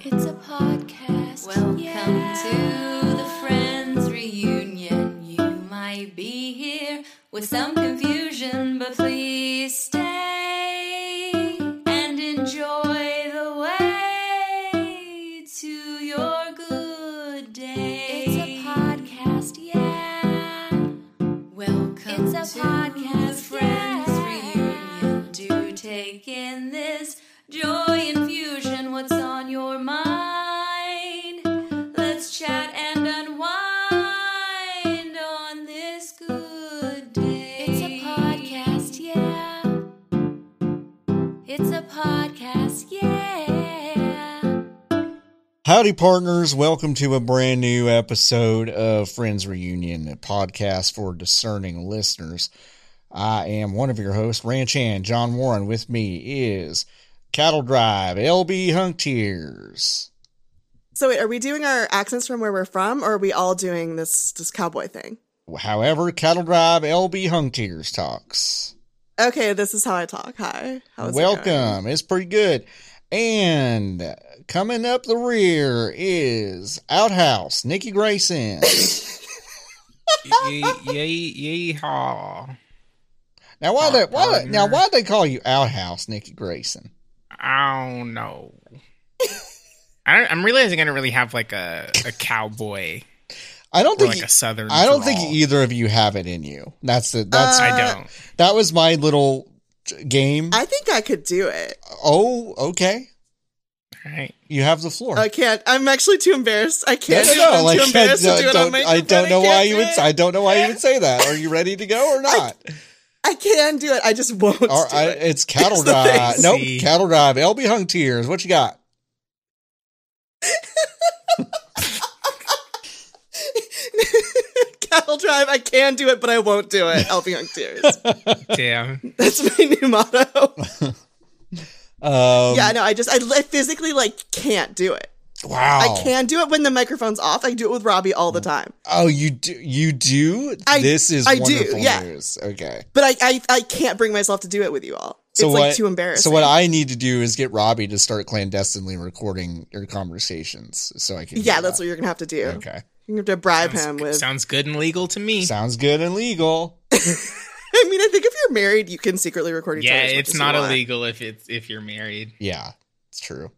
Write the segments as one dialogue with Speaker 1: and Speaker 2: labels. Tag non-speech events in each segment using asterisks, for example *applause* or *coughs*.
Speaker 1: It's a podcast.
Speaker 2: Welcome
Speaker 1: yeah.
Speaker 2: to the Friends Reunion. You might be here with some confusion, but please stay and enjoy the way to your good day.
Speaker 1: It's a podcast. Yeah.
Speaker 2: Welcome
Speaker 1: It's a
Speaker 2: to
Speaker 1: podcast,
Speaker 2: the Friends
Speaker 1: yeah.
Speaker 2: Reunion. Do take in this joy infusion. What's on your mind? Let's chat and unwind on this good day.
Speaker 1: It's a podcast. Yeah. It's a podcast. Yeah.
Speaker 3: Howdy, partners. Welcome to a brand new episode of Friends Reunion, a podcast for discerning listeners. I am one of your hosts, Ranch Hand John Warren. With me is Cattle Drive, LB Hunk Tears.
Speaker 4: So wait, are we doing our accents from where we're from, or are we all doing this this cowboy thing?
Speaker 3: However, Cattle Drive, LB Hunk Tears talks.
Speaker 4: Okay, this is how I talk. Hi, how's it going?
Speaker 3: Welcome. It's pretty good. And coming up the rear is Outhouse, Nikki
Speaker 4: *coughs*
Speaker 3: Grayson.
Speaker 5: Ye- ye- Yeehaw.
Speaker 3: now, why they, why,
Speaker 5: Partner.
Speaker 3: now, why they call you Outhouse, Nikki Grayson?
Speaker 5: I don't know. I don't, I'm realizing I don't really have like a, a cowboy
Speaker 3: *laughs* I don't
Speaker 5: or
Speaker 3: think e-
Speaker 5: like a southern.
Speaker 3: I don't think
Speaker 5: drawl.
Speaker 3: either of you have it in you. That's the that's
Speaker 5: I don't.
Speaker 3: that was my little t- game.
Speaker 4: Uh, I think I could do it.
Speaker 3: oh, okay.
Speaker 5: All right.
Speaker 3: You have the floor.
Speaker 4: I can't. I'm actually too embarrassed. I
Speaker 3: No,
Speaker 4: can't.
Speaker 3: no,
Speaker 4: do it.
Speaker 3: no,
Speaker 4: I'm
Speaker 3: like,
Speaker 4: too
Speaker 3: I
Speaker 4: embarrassed to do it on
Speaker 3: don't,
Speaker 4: my
Speaker 3: I don't know why you would.
Speaker 4: I,
Speaker 3: I don't know why you would say that. Are you ready to go
Speaker 4: *laughs*
Speaker 3: or not?
Speaker 4: I can do it. I just won't.
Speaker 3: or
Speaker 4: do
Speaker 3: I,
Speaker 4: it. *laughs*
Speaker 3: it's cattle
Speaker 4: Here's the thing.
Speaker 3: drive. Nope,
Speaker 5: See.
Speaker 3: cattle drive. LB hung tears. What you got?
Speaker 4: Cattle drive. I can do it, but I won't do it. I'll be on
Speaker 3: *laughs*
Speaker 4: tears. *laughs*
Speaker 5: Damn.
Speaker 4: That's my new motto.
Speaker 3: Um,
Speaker 4: yeah, no, I just I, li- physically like can't do it.
Speaker 3: Wow.
Speaker 4: I can do it when the microphone's off. I do it with Robbie all the time.
Speaker 3: Oh, you do. You do.
Speaker 4: I-
Speaker 3: this is
Speaker 4: I do,
Speaker 3: wonderful
Speaker 4: yeah.
Speaker 3: news. Okay.
Speaker 4: But I, I, I can't bring myself to do it with you all. It's like too embarrassing.
Speaker 3: So what I need to do is get Robbie to start clandestinely recording your conversations, so I can.
Speaker 4: yeah, that's what you're gonna have to do.
Speaker 3: Okay.
Speaker 4: You have to bribe him
Speaker 5: Sounds,
Speaker 4: with.
Speaker 5: sounds good and legal to me.
Speaker 3: Sounds good and legal.
Speaker 4: *laughs* I mean, I think if you're married, you can secretly record each
Speaker 5: yeah,
Speaker 4: other. as much
Speaker 5: it's
Speaker 4: as you
Speaker 5: not
Speaker 4: want.
Speaker 5: illegal if it's if you're married.
Speaker 3: Yeah, it's true.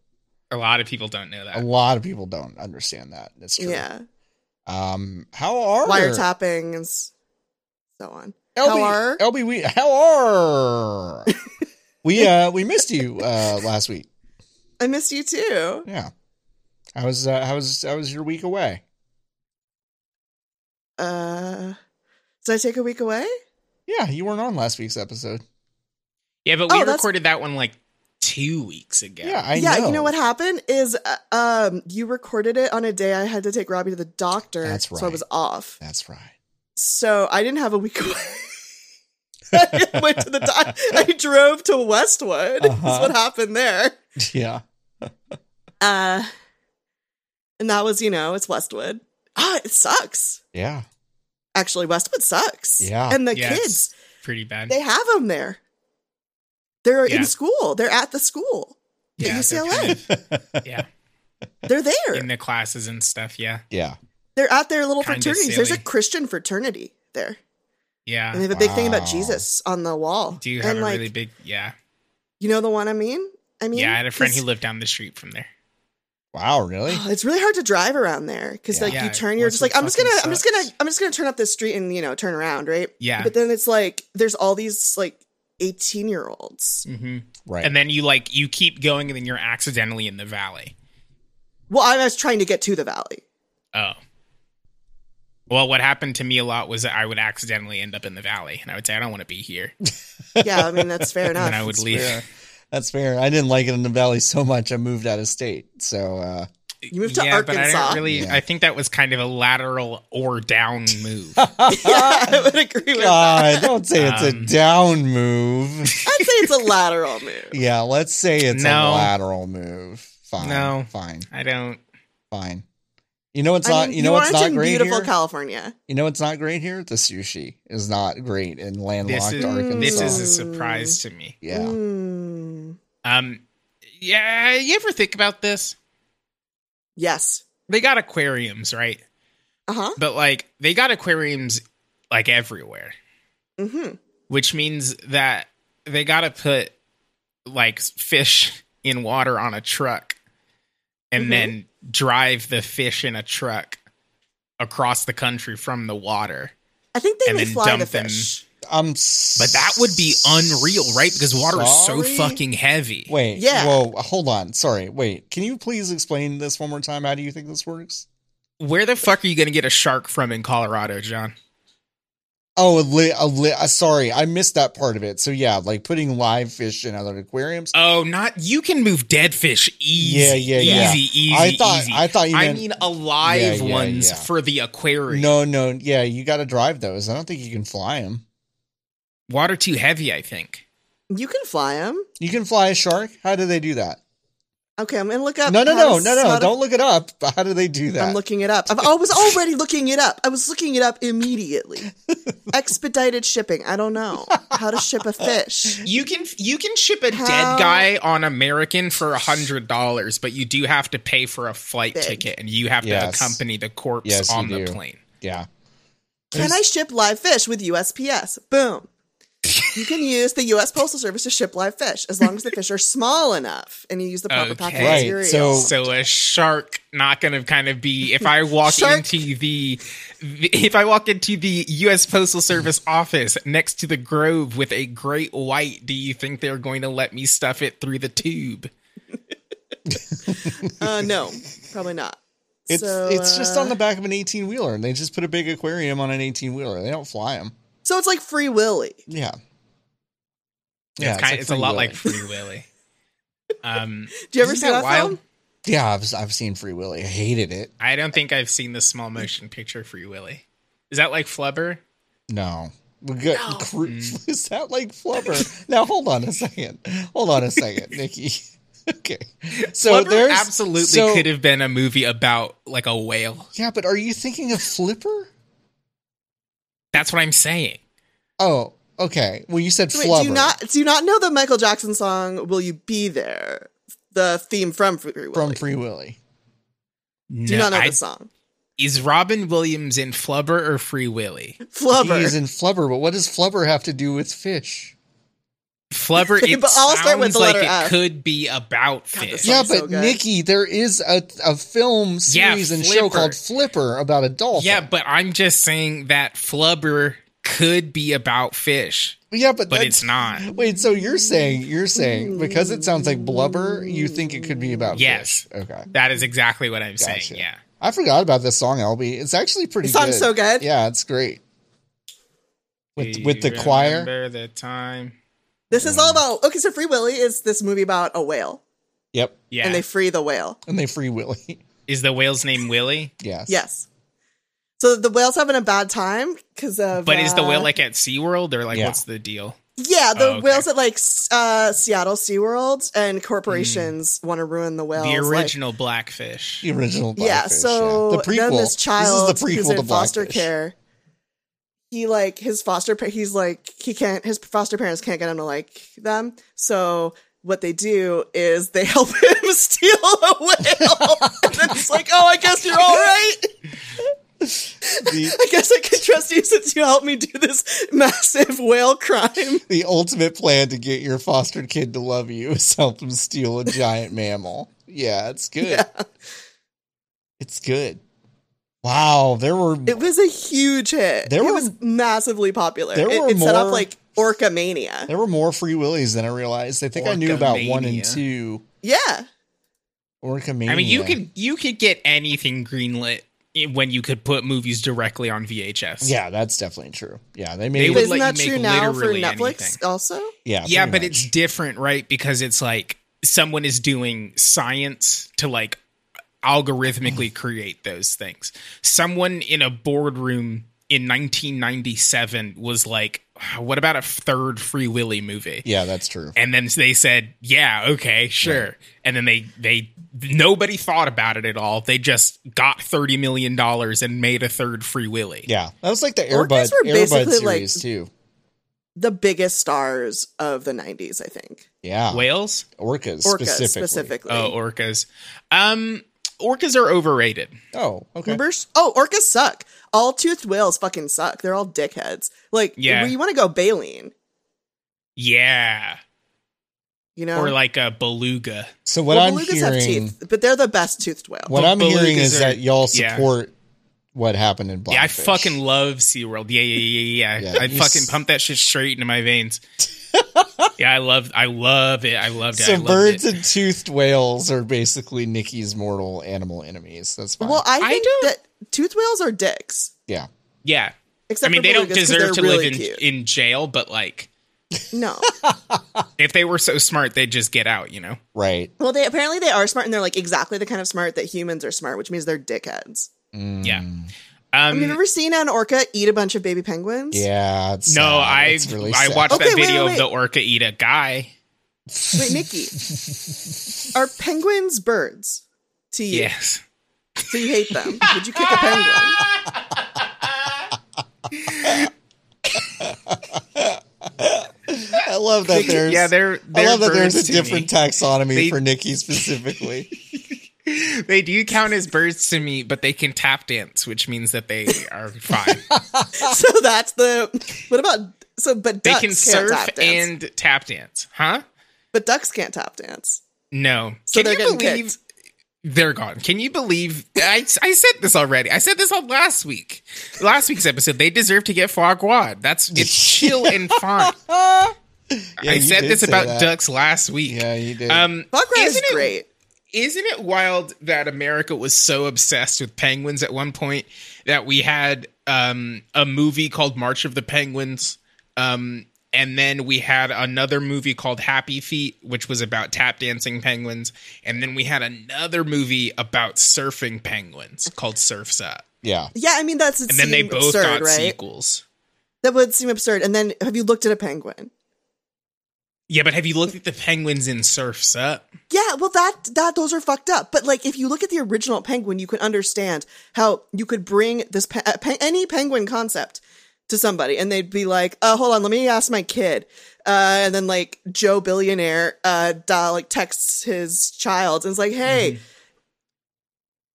Speaker 5: A lot of people don't know
Speaker 3: A
Speaker 5: that.
Speaker 3: lot of people don't understand that. It's true.
Speaker 4: Yeah,
Speaker 3: Um. How are
Speaker 4: wiretapping and s- so on.
Speaker 3: LB,
Speaker 4: How are?
Speaker 3: LB? We how are?
Speaker 4: *laughs*
Speaker 3: we uh we missed you uh last week.
Speaker 4: I missed you too.
Speaker 3: Yeah. How was uh, how was how was your week away?
Speaker 4: Uh, did I take a week away?
Speaker 3: Yeah, you weren't on last week's episode.
Speaker 5: Yeah, but we
Speaker 4: Oh, that's-
Speaker 5: recorded that one like two weeks ago.
Speaker 3: Yeah, I
Speaker 4: yeah,
Speaker 3: know.
Speaker 4: you know what happened is, uh, um, you recorded it on a day I had to take Robbie to the doctor.
Speaker 3: That's
Speaker 4: So I
Speaker 3: right.
Speaker 4: was off.
Speaker 3: That's right. *laughs*
Speaker 4: So I didn't have a week *laughs* away. I went to the doc. I drove to Westwood.
Speaker 3: Uh-huh.
Speaker 4: That's what happened there.
Speaker 3: Yeah.
Speaker 4: Uh, and that was, you know, it's Westwood. Ah, it sucks.
Speaker 3: Yeah. *laughs*
Speaker 4: Actually, Westwood sucks.
Speaker 3: Yeah.
Speaker 4: And the
Speaker 5: Yeah, it's
Speaker 4: kids,
Speaker 5: pretty bad.
Speaker 4: they have them there. They're
Speaker 5: Yeah.
Speaker 4: in school. They're at the school. at
Speaker 5: yeah, they're
Speaker 4: UCLA.
Speaker 5: kind of- yeah,
Speaker 4: They're there.
Speaker 5: in the classes and stuff. Yeah,
Speaker 3: yeah.
Speaker 4: they're at their little
Speaker 5: Kinda
Speaker 4: fraternities. There's a
Speaker 5: silly.
Speaker 4: Christian fraternity there.
Speaker 5: yeah.
Speaker 4: And they have a big thing about
Speaker 3: Wow.
Speaker 4: Jesus on the wall.
Speaker 5: Do you have
Speaker 4: and
Speaker 5: a
Speaker 4: like,
Speaker 5: really big? Yeah,
Speaker 4: you know the one I mean? I mean,
Speaker 5: yeah. I had a friend who
Speaker 4: Cause-
Speaker 5: lived down the street from there.
Speaker 3: Wow,
Speaker 5: *sighs*
Speaker 3: really?
Speaker 4: Oh, it's really hard to drive around there because
Speaker 3: Yeah.
Speaker 4: like
Speaker 5: Yeah,
Speaker 4: you turn, you're just like, I'm just
Speaker 5: Westwood
Speaker 4: gonna, I'm just
Speaker 5: fucking
Speaker 4: gonna, I'm just gonna turn up this street and you know turn around, right?
Speaker 5: Yeah.
Speaker 4: But then it's like there's all these like 18 year olds.
Speaker 5: hmm
Speaker 3: Right.
Speaker 5: And then you like you keep going, and then you're accidentally in the valley.
Speaker 4: Well, I was trying to get to the valley.
Speaker 5: Oh. Well, what happened to me a lot was that I would accidentally end up in the valley, and I would say, "I don't want to be here," and
Speaker 4: Yeah, I mean
Speaker 3: *laughs*
Speaker 4: that's fair enough.
Speaker 5: then I would
Speaker 4: It's-
Speaker 5: leave.
Speaker 3: fair. That's fair. I didn't like it in the valley so much I moved out of state. So
Speaker 5: *laughs*
Speaker 3: uh *laughs*
Speaker 4: You moved to
Speaker 5: yeah, but I
Speaker 4: Arkansas.
Speaker 5: don't really.
Speaker 3: Yeah.
Speaker 5: I think that was kind of a lateral or down
Speaker 3: *laughs*
Speaker 5: move.
Speaker 4: *laughs* yeah, I would agree with
Speaker 3: God,
Speaker 4: that.
Speaker 3: don't say it's
Speaker 5: Um,
Speaker 3: a down move. *laughs*
Speaker 4: I'd say it's a lateral move.
Speaker 3: yeah, let's say it's a
Speaker 5: No.
Speaker 3: lateral move. Fine.
Speaker 5: No.
Speaker 3: Fine.
Speaker 5: I don't.
Speaker 3: Fine. You know what's
Speaker 4: I
Speaker 3: not
Speaker 4: mean,
Speaker 3: you know what's
Speaker 4: aren't
Speaker 3: not
Speaker 4: in
Speaker 3: great
Speaker 4: beautiful
Speaker 3: here?
Speaker 4: California.
Speaker 3: You know what's not great here? The sushi is not great in landlocked
Speaker 5: This is
Speaker 3: Arkansas.
Speaker 5: this is a
Speaker 4: Mm.
Speaker 5: surprise to me.
Speaker 3: yeah.
Speaker 4: Mm.
Speaker 5: Um, yeah. You ever think about this?
Speaker 4: Yes.
Speaker 5: They got aquariums, right?
Speaker 4: Uh huh.
Speaker 5: But like they got aquariums like everywhere,
Speaker 4: Mm-hmm.
Speaker 5: which means that they got to put like fish in water on a truck and
Speaker 4: Mhm.
Speaker 3: Mm-hmm.
Speaker 5: then drive the fish in a truck across the country from the water.
Speaker 4: I think they
Speaker 5: And
Speaker 4: may
Speaker 5: then
Speaker 4: fly the
Speaker 5: dump them-
Speaker 4: fish.
Speaker 3: I'm
Speaker 5: But that would be unreal, right? Because water is so
Speaker 3: sorry?
Speaker 5: fucking heavy.
Speaker 3: Wait.
Speaker 4: Yeah.
Speaker 3: Whoa. Hold on. Sorry. Wait. Can you please explain this one more time? How do you think this works?
Speaker 5: Where the fuck are you going to get a shark from in Colorado, John?
Speaker 3: Oh, a li- a li- uh, sorry. I missed that part of it. So yeah, like putting live fish in other aquariums.
Speaker 5: Oh, not you can move dead fish easy.
Speaker 3: Yeah, yeah, yeah.
Speaker 5: Easy, easy.
Speaker 3: I thought-
Speaker 5: easy.
Speaker 3: I thought you
Speaker 5: I
Speaker 3: meant-
Speaker 5: mean alive
Speaker 3: Yeah, yeah,
Speaker 5: ones
Speaker 3: yeah.
Speaker 5: for the aquarium.
Speaker 3: No, no. Yeah, you got to drive those. I don't think you can fly them.
Speaker 5: Water too heavy, I think.
Speaker 4: You can fly them.
Speaker 3: You can fly a shark. How do they do that?
Speaker 4: Okay, I'm gonna look up.
Speaker 3: No, no,
Speaker 4: how
Speaker 3: no,
Speaker 4: to-
Speaker 3: no,
Speaker 4: how
Speaker 3: no.
Speaker 4: to-
Speaker 3: Don't look it up. But How do they do that?
Speaker 4: I'm looking it up. I've- I was already looking it up. I was looking it up
Speaker 3: *laughs*
Speaker 4: immediately. Expedited shipping. I don't know how to ship a fish.
Speaker 5: You can you can ship a
Speaker 4: How-
Speaker 5: dead guy on American for a hundred dollars, but you do have to pay for a flight
Speaker 4: Big.
Speaker 5: ticket, and you have
Speaker 3: Yes.
Speaker 5: to accompany the corpse
Speaker 3: Yes, you
Speaker 5: on the
Speaker 3: do.
Speaker 5: plane.
Speaker 3: yeah.
Speaker 4: Can I ship live fish with USPS? Boom. You can use the U.S. Postal Service to ship live fish as long as the fish are small enough and you use the proper packaging
Speaker 5: Okay.
Speaker 3: Right,
Speaker 4: material.
Speaker 3: so-
Speaker 5: So a shark not going to kind of be if I walk
Speaker 4: Shark.
Speaker 5: into the if I walk into the U.S. Postal Service office next to the Grove with a great white, do you think they're going to let me stuff it through the tube?
Speaker 4: uh, no, probably not.
Speaker 3: It's
Speaker 4: So,
Speaker 3: it's just
Speaker 4: uh,
Speaker 3: on the back of an 18 wheeler, and they just put a big aquarium on an 18 wheeler. They don't fly them.
Speaker 4: So it's like Free Willy.
Speaker 3: Yeah.
Speaker 5: it's, kind,
Speaker 3: like
Speaker 5: it's a
Speaker 3: Free
Speaker 5: lot
Speaker 3: Willy.
Speaker 5: like Free Willy. um,
Speaker 4: *laughs* Do you ever
Speaker 5: Isn't
Speaker 4: see
Speaker 5: that
Speaker 4: that,
Speaker 5: wild?
Speaker 4: film?
Speaker 3: Yeah, I've, I've seen Free Willy. I hated it.
Speaker 5: I don't think I've seen the small motion picture Free Willy. Is that like Flubber?
Speaker 3: No. We *laughs* got, cru-
Speaker 5: Mm.
Speaker 3: Is that like flubber? now hold on a second. Hold on a second, Nikki. *laughs* okay. So
Speaker 5: Flubber
Speaker 3: there's
Speaker 5: absolutely
Speaker 3: so-
Speaker 5: could have been a movie about like a whale.
Speaker 3: Yeah, but are you thinking of Flipper?
Speaker 5: That's what I'm saying.
Speaker 3: Oh, okay. Well, you said
Speaker 4: Wait,
Speaker 3: flubber.
Speaker 4: do you not do you not know the Michael Jackson song "Will You Be There"? The theme from Free Willy.
Speaker 3: from Free Willy.
Speaker 4: do you not know
Speaker 5: I-
Speaker 4: the song?
Speaker 5: is Robin Williams in Flubber or Free Willy?
Speaker 3: He's
Speaker 4: Flubber.
Speaker 3: in flubber, but what does flubber have to do with fish?
Speaker 5: Flubber. It
Speaker 4: *laughs* But I'll start with
Speaker 5: sounds
Speaker 4: the
Speaker 5: like
Speaker 4: letter
Speaker 5: it
Speaker 4: F.
Speaker 5: could be about
Speaker 4: this
Speaker 5: fish.
Speaker 4: song-
Speaker 3: yeah,
Speaker 4: Sounds so
Speaker 3: but
Speaker 4: good.
Speaker 3: Nikki, there is a, a film
Speaker 5: Yeah,
Speaker 3: series and show
Speaker 5: Flipper.
Speaker 3: called Flipper about a dolphin.
Speaker 5: yeah, but I'm just saying that Flubber could be about fish,
Speaker 3: yeah, but,
Speaker 5: but
Speaker 3: that's-
Speaker 5: it's not.
Speaker 3: Wait, so you're saying you're
Speaker 4: Mm-hmm.
Speaker 3: saying because it sounds like blubber, you think it could be about
Speaker 5: Yes.
Speaker 3: fish? Okay.
Speaker 5: That is exactly what I'm
Speaker 3: Gotcha.
Speaker 5: saying. Yeah.
Speaker 3: I forgot about this song, Albie. It's actually pretty.
Speaker 4: The song's
Speaker 3: good.
Speaker 4: so good.
Speaker 3: Yeah, it's great. With
Speaker 5: Do
Speaker 3: with the
Speaker 5: you
Speaker 3: choir.
Speaker 5: Remember the time.
Speaker 4: This is all about. Okay, so Free Willy is this movie about a whale,
Speaker 3: Yep,
Speaker 5: Yeah.
Speaker 4: and they free the whale.
Speaker 3: and they free Willy.
Speaker 5: is the whale's name Willy?
Speaker 3: *laughs* yes.
Speaker 4: Yes. So the whale's having a bad time because of.
Speaker 5: But is the
Speaker 4: uh,
Speaker 5: whale like at SeaWorld or like
Speaker 3: Yeah.
Speaker 5: what's the deal?
Speaker 4: Yeah, the
Speaker 5: Oh, okay.
Speaker 4: whales at like s- uh, Seattle SeaWorld, and corporations want to ruin the whale's
Speaker 5: Hmm. The
Speaker 4: life.
Speaker 5: original blackfish.
Speaker 3: The original.
Speaker 4: yeah
Speaker 3: Blackfish,
Speaker 4: so
Speaker 3: yeah. the prequel.
Speaker 4: then this child
Speaker 3: This is the prequel
Speaker 4: who's in
Speaker 3: to
Speaker 4: foster
Speaker 3: Blackfish.
Speaker 4: care he like his foster pa- he's like he can't his foster parents can't get him to like them so what they do is they *laughs* help him steal a whale and then it's like oh i guess you're all right
Speaker 3: *laughs* The,
Speaker 4: i guess i can trust you since you helped me do this massive whale crime
Speaker 3: the ultimate plan to get your foster kid to love you is help them steal a giant mammal. Yeah, it's
Speaker 4: *laughs*
Speaker 3: good. It's good. Wow, there were
Speaker 4: it was a huge hit
Speaker 3: There
Speaker 4: it
Speaker 3: were-
Speaker 4: was massively popular
Speaker 3: there
Speaker 4: it,
Speaker 3: were
Speaker 4: it set up
Speaker 3: more-
Speaker 4: like orca mania
Speaker 3: There were more free willies than I realized. I think I knew about one and
Speaker 5: Orcamania.
Speaker 3: two.
Speaker 4: yeah
Speaker 3: Orcamania.
Speaker 5: I mean, you could you could get anything greenlit i- when you could put movies directly on VHS.
Speaker 3: Yeah, that's definitely true. Yeah, they
Speaker 5: They
Speaker 3: made.
Speaker 5: would
Speaker 3: it,
Speaker 4: isn't
Speaker 5: let
Speaker 4: that
Speaker 5: you
Speaker 4: true
Speaker 5: make
Speaker 4: now for
Speaker 5: literally
Speaker 4: netflix
Speaker 5: anything.
Speaker 4: also
Speaker 3: yeah,
Speaker 5: yeah,
Speaker 3: pretty
Speaker 5: but
Speaker 3: much.
Speaker 5: it's different, right? Because it's like someone is doing science to like
Speaker 3: Mm.
Speaker 5: algorithmically create those things. Someone in a boardroom in 1997 was like, "What about a third Free Willy movie?"
Speaker 3: Yeah, that's true.
Speaker 5: And then they said, "Yeah, okay, sure." And then they they nobody thought about it at all. They just got 30 million dollars and made a third Free Willy.
Speaker 3: Yeah, that was like the Airbud,
Speaker 4: Orcas were
Speaker 3: Airbud
Speaker 4: basically, like-
Speaker 3: series too.
Speaker 4: the biggest stars of the 90s, I think.
Speaker 3: Yeah,
Speaker 5: Whales?
Speaker 3: orcas,
Speaker 4: Orcas
Speaker 3: specifically.
Speaker 4: specifically.
Speaker 5: Oh, orcas. Um, orcas are overrated.
Speaker 3: Oh, okay.
Speaker 4: Remember? Oh, orcas suck. All toothed whales fucking suck. They're all dickheads. Like,
Speaker 5: Yeah.
Speaker 4: you want to go baleen,
Speaker 5: Yeah,
Speaker 4: you know?
Speaker 5: or like a beluga.
Speaker 3: So what
Speaker 4: Well,
Speaker 3: I'm
Speaker 4: belugas
Speaker 3: hearing,
Speaker 4: have teeth, but they're the best toothed whale.
Speaker 3: what
Speaker 5: Well,
Speaker 3: I'm hearing
Speaker 5: belugas
Speaker 3: is that
Speaker 5: are-
Speaker 3: y'all
Speaker 5: yeah.
Speaker 3: support what happened in Blackfish.
Speaker 5: Yeah, I fucking love SeaWorld. Yeah, yeah, yeah, yeah. yeah.
Speaker 3: Yeah,
Speaker 5: I
Speaker 3: you
Speaker 5: fucking
Speaker 3: s-
Speaker 5: pump that shit straight into my veins.
Speaker 4: *laughs*
Speaker 5: yeah, I love, I love it. I loved it. I
Speaker 3: So
Speaker 5: loved
Speaker 3: birds
Speaker 5: it.
Speaker 3: and toothed whales are basically Nikki's mortal animal enemies. That's fine.
Speaker 4: well, I
Speaker 5: I
Speaker 4: think
Speaker 5: don't-
Speaker 4: that toothed whales are dicks.
Speaker 3: yeah.
Speaker 5: yeah.
Speaker 4: Except
Speaker 5: I mean,
Speaker 4: for
Speaker 5: they don't
Speaker 4: belugas 'cause they're
Speaker 5: deserve to
Speaker 4: really
Speaker 5: live in,
Speaker 4: cute.
Speaker 5: in jail, but like,
Speaker 4: No.
Speaker 5: *laughs* if they were so smart, they'd just get out. You know?
Speaker 3: Right.
Speaker 4: well, they apparently they are smart, and they're like exactly the kind of smart that humans are smart, which means they're dickheads.
Speaker 3: Mm.
Speaker 5: Yeah. Um,
Speaker 4: Have you ever seen an orca eat a bunch of baby penguins?
Speaker 3: Yeah. It's
Speaker 5: no,
Speaker 3: sad.
Speaker 5: I
Speaker 3: It's really
Speaker 5: I
Speaker 3: sad.
Speaker 5: watched
Speaker 4: Okay,
Speaker 5: that
Speaker 4: wait,
Speaker 5: video
Speaker 4: wait,
Speaker 5: of the orca eat a guy.
Speaker 4: Wait,
Speaker 5: *laughs*
Speaker 4: Nikki, are penguins birds to you?
Speaker 5: Yes.
Speaker 4: So you hate them? Would you kick a penguin?
Speaker 5: *laughs*
Speaker 3: I love that there's
Speaker 5: yeah, they're,
Speaker 3: I
Speaker 5: they're
Speaker 3: love that there's
Speaker 5: birds
Speaker 3: a
Speaker 5: to me.
Speaker 3: different taxonomy
Speaker 5: They-
Speaker 3: for Nikki specifically.
Speaker 5: *laughs* They do count as birds to me, but they can tap dance, which means that they
Speaker 3: *laughs*
Speaker 5: are fine.
Speaker 4: so that's the what about so but
Speaker 5: they
Speaker 4: ducks
Speaker 5: can
Speaker 4: not
Speaker 5: surf
Speaker 4: tap dance,
Speaker 5: and tap dance, huh?
Speaker 4: but ducks can't tap dance
Speaker 5: No.
Speaker 4: So they're getting
Speaker 5: they're gone? Can you believe I, I said this already? I said this on last week, last week's episode. They deserve to get foie gras.
Speaker 3: *laughs*
Speaker 5: That's it's chill and fine.
Speaker 3: Yeah,
Speaker 5: I
Speaker 3: you
Speaker 5: said
Speaker 3: did
Speaker 5: this
Speaker 3: say
Speaker 5: about
Speaker 3: that.
Speaker 5: ducks last week.
Speaker 3: Yeah, you did.
Speaker 5: Um,
Speaker 4: Buck rod is
Speaker 5: isn't it-
Speaker 4: great
Speaker 5: isn't it wild that America was so obsessed with penguins at one point that we had um, a movie called March of the Penguins, um, and then we had another movie called Happy Feet, which was about tap dancing penguins, and then we had another movie about surfing penguins called Surfs Up,
Speaker 3: yeah.
Speaker 4: yeah i mean that's
Speaker 5: and then they both
Speaker 4: absurd
Speaker 5: got
Speaker 4: right
Speaker 5: sequels.
Speaker 4: that would seem absurd and then have you looked at a penguin
Speaker 5: Yeah, but have you looked at the penguins in Surfs Up?
Speaker 4: yeah well that that those are fucked up but like if you look at the original penguin you can understand how you could bring this pe- uh, pe- any penguin concept to somebody and they'd be like uh hold on let me ask my kid uh, and then like joe billionaire uh da, like texts his child and is like hey
Speaker 5: Mm-hmm.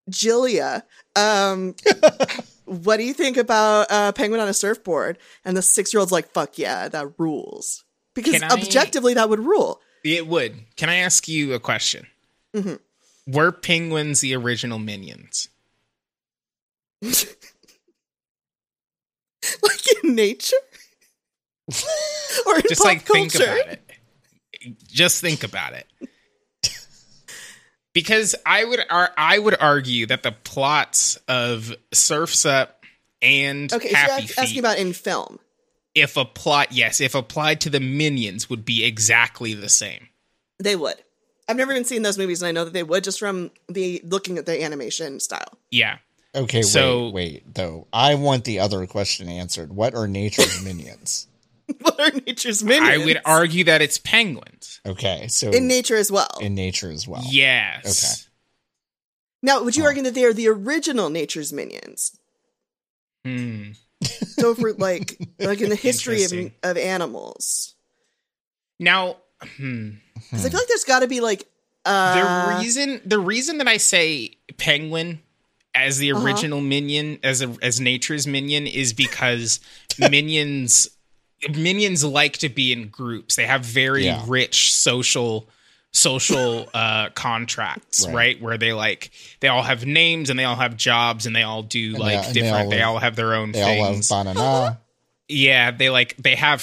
Speaker 4: Julia, um,
Speaker 5: *laughs*
Speaker 4: what do you think about uh, Penguin on a surfboard? And the six year old's like, fuck yeah, that rules. Because
Speaker 5: Can I-
Speaker 4: objectively, that would rule.
Speaker 5: It would. Can I ask you a question? Were penguins the original minions?
Speaker 4: *laughs* Like in
Speaker 5: *laughs*
Speaker 4: nature? or in
Speaker 5: Just
Speaker 4: pop
Speaker 5: like think
Speaker 4: culture?
Speaker 5: about it. Just think about it. because I would ar- I would argue that the plots of Surfs Up and
Speaker 4: Okay, so
Speaker 5: Happy
Speaker 4: you're
Speaker 5: Feet,
Speaker 4: asking about in film.
Speaker 5: if applied, yes, if applied to the minions, would be exactly the same.
Speaker 4: They would. I've never even seen those movies, and I know that they would just from the looking at the animation style. *laughs*
Speaker 5: Yeah.
Speaker 3: Okay,
Speaker 5: So-
Speaker 3: wait, wait, though. I want the other question answered. What are nature's *laughs* minions?
Speaker 4: what are nature's minions?
Speaker 5: I would argue that it's penguins.
Speaker 3: Okay, so
Speaker 4: in nature as well.
Speaker 3: in nature as well.
Speaker 5: Yes.
Speaker 4: now, would you
Speaker 5: Oh.
Speaker 4: argue that they are the original nature's minions?
Speaker 5: Hmm.
Speaker 4: so for like like
Speaker 5: *laughs*
Speaker 4: in the history of
Speaker 5: Interesting.
Speaker 4: of animals
Speaker 5: Now, hmm.
Speaker 4: 'Cause i feel like there's got to be like uh
Speaker 5: the reason the reason that I say penguin as
Speaker 3: Uh-huh.
Speaker 5: the original minion as a, as nature's minion
Speaker 3: *laughs*
Speaker 5: is because minions minions like to be in groups. They have very
Speaker 3: Yeah.
Speaker 5: rich social social uh contracts,
Speaker 3: Right.
Speaker 5: right. Where they like they all have names and they all have jobs and they all do
Speaker 3: they
Speaker 5: like
Speaker 3: all- and they
Speaker 5: different
Speaker 3: all
Speaker 5: they
Speaker 3: live-
Speaker 5: all have their own
Speaker 3: They all love
Speaker 5: things. *laughs*
Speaker 3: banana.
Speaker 5: yeah, they like they have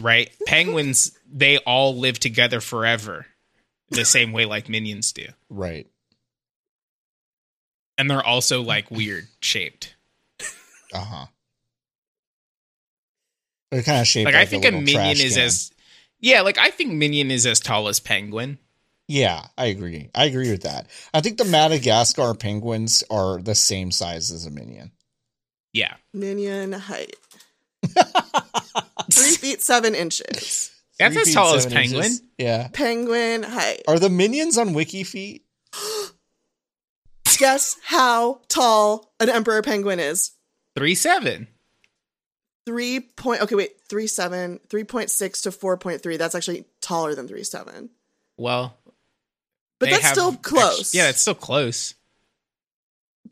Speaker 3: *laughs*
Speaker 5: right? Penguins they all live together forever. The same way like minions do
Speaker 3: Right.
Speaker 5: and they're also like weird shaped.
Speaker 3: Uh huh. They're kind of shaped
Speaker 5: Like,
Speaker 3: like,
Speaker 5: I think a,
Speaker 3: little
Speaker 5: minion
Speaker 3: trash
Speaker 5: is
Speaker 3: can.
Speaker 5: as yeah, like I think minion is as tall as penguin.
Speaker 3: Yeah, I agree. I agree with that. I think the Madagascar penguins are the same size as a minion.
Speaker 5: Yeah,
Speaker 4: minion
Speaker 5: *laughs*
Speaker 4: height three feet seven inches
Speaker 5: that's
Speaker 3: Three
Speaker 5: as
Speaker 3: feet,
Speaker 5: tall as
Speaker 3: seven
Speaker 5: penguin.
Speaker 3: inches. Yeah.
Speaker 4: penguin height
Speaker 3: Are the minions on Wiki feet? *laughs*
Speaker 4: guess how tall an emperor penguin is
Speaker 5: Three seven.
Speaker 4: three point okay wait three seven three point six to four point three that's actually taller than three seven
Speaker 5: Well,
Speaker 4: but
Speaker 5: they
Speaker 4: that's
Speaker 5: have
Speaker 4: still
Speaker 5: ex-
Speaker 4: close
Speaker 5: yeah, it's still close.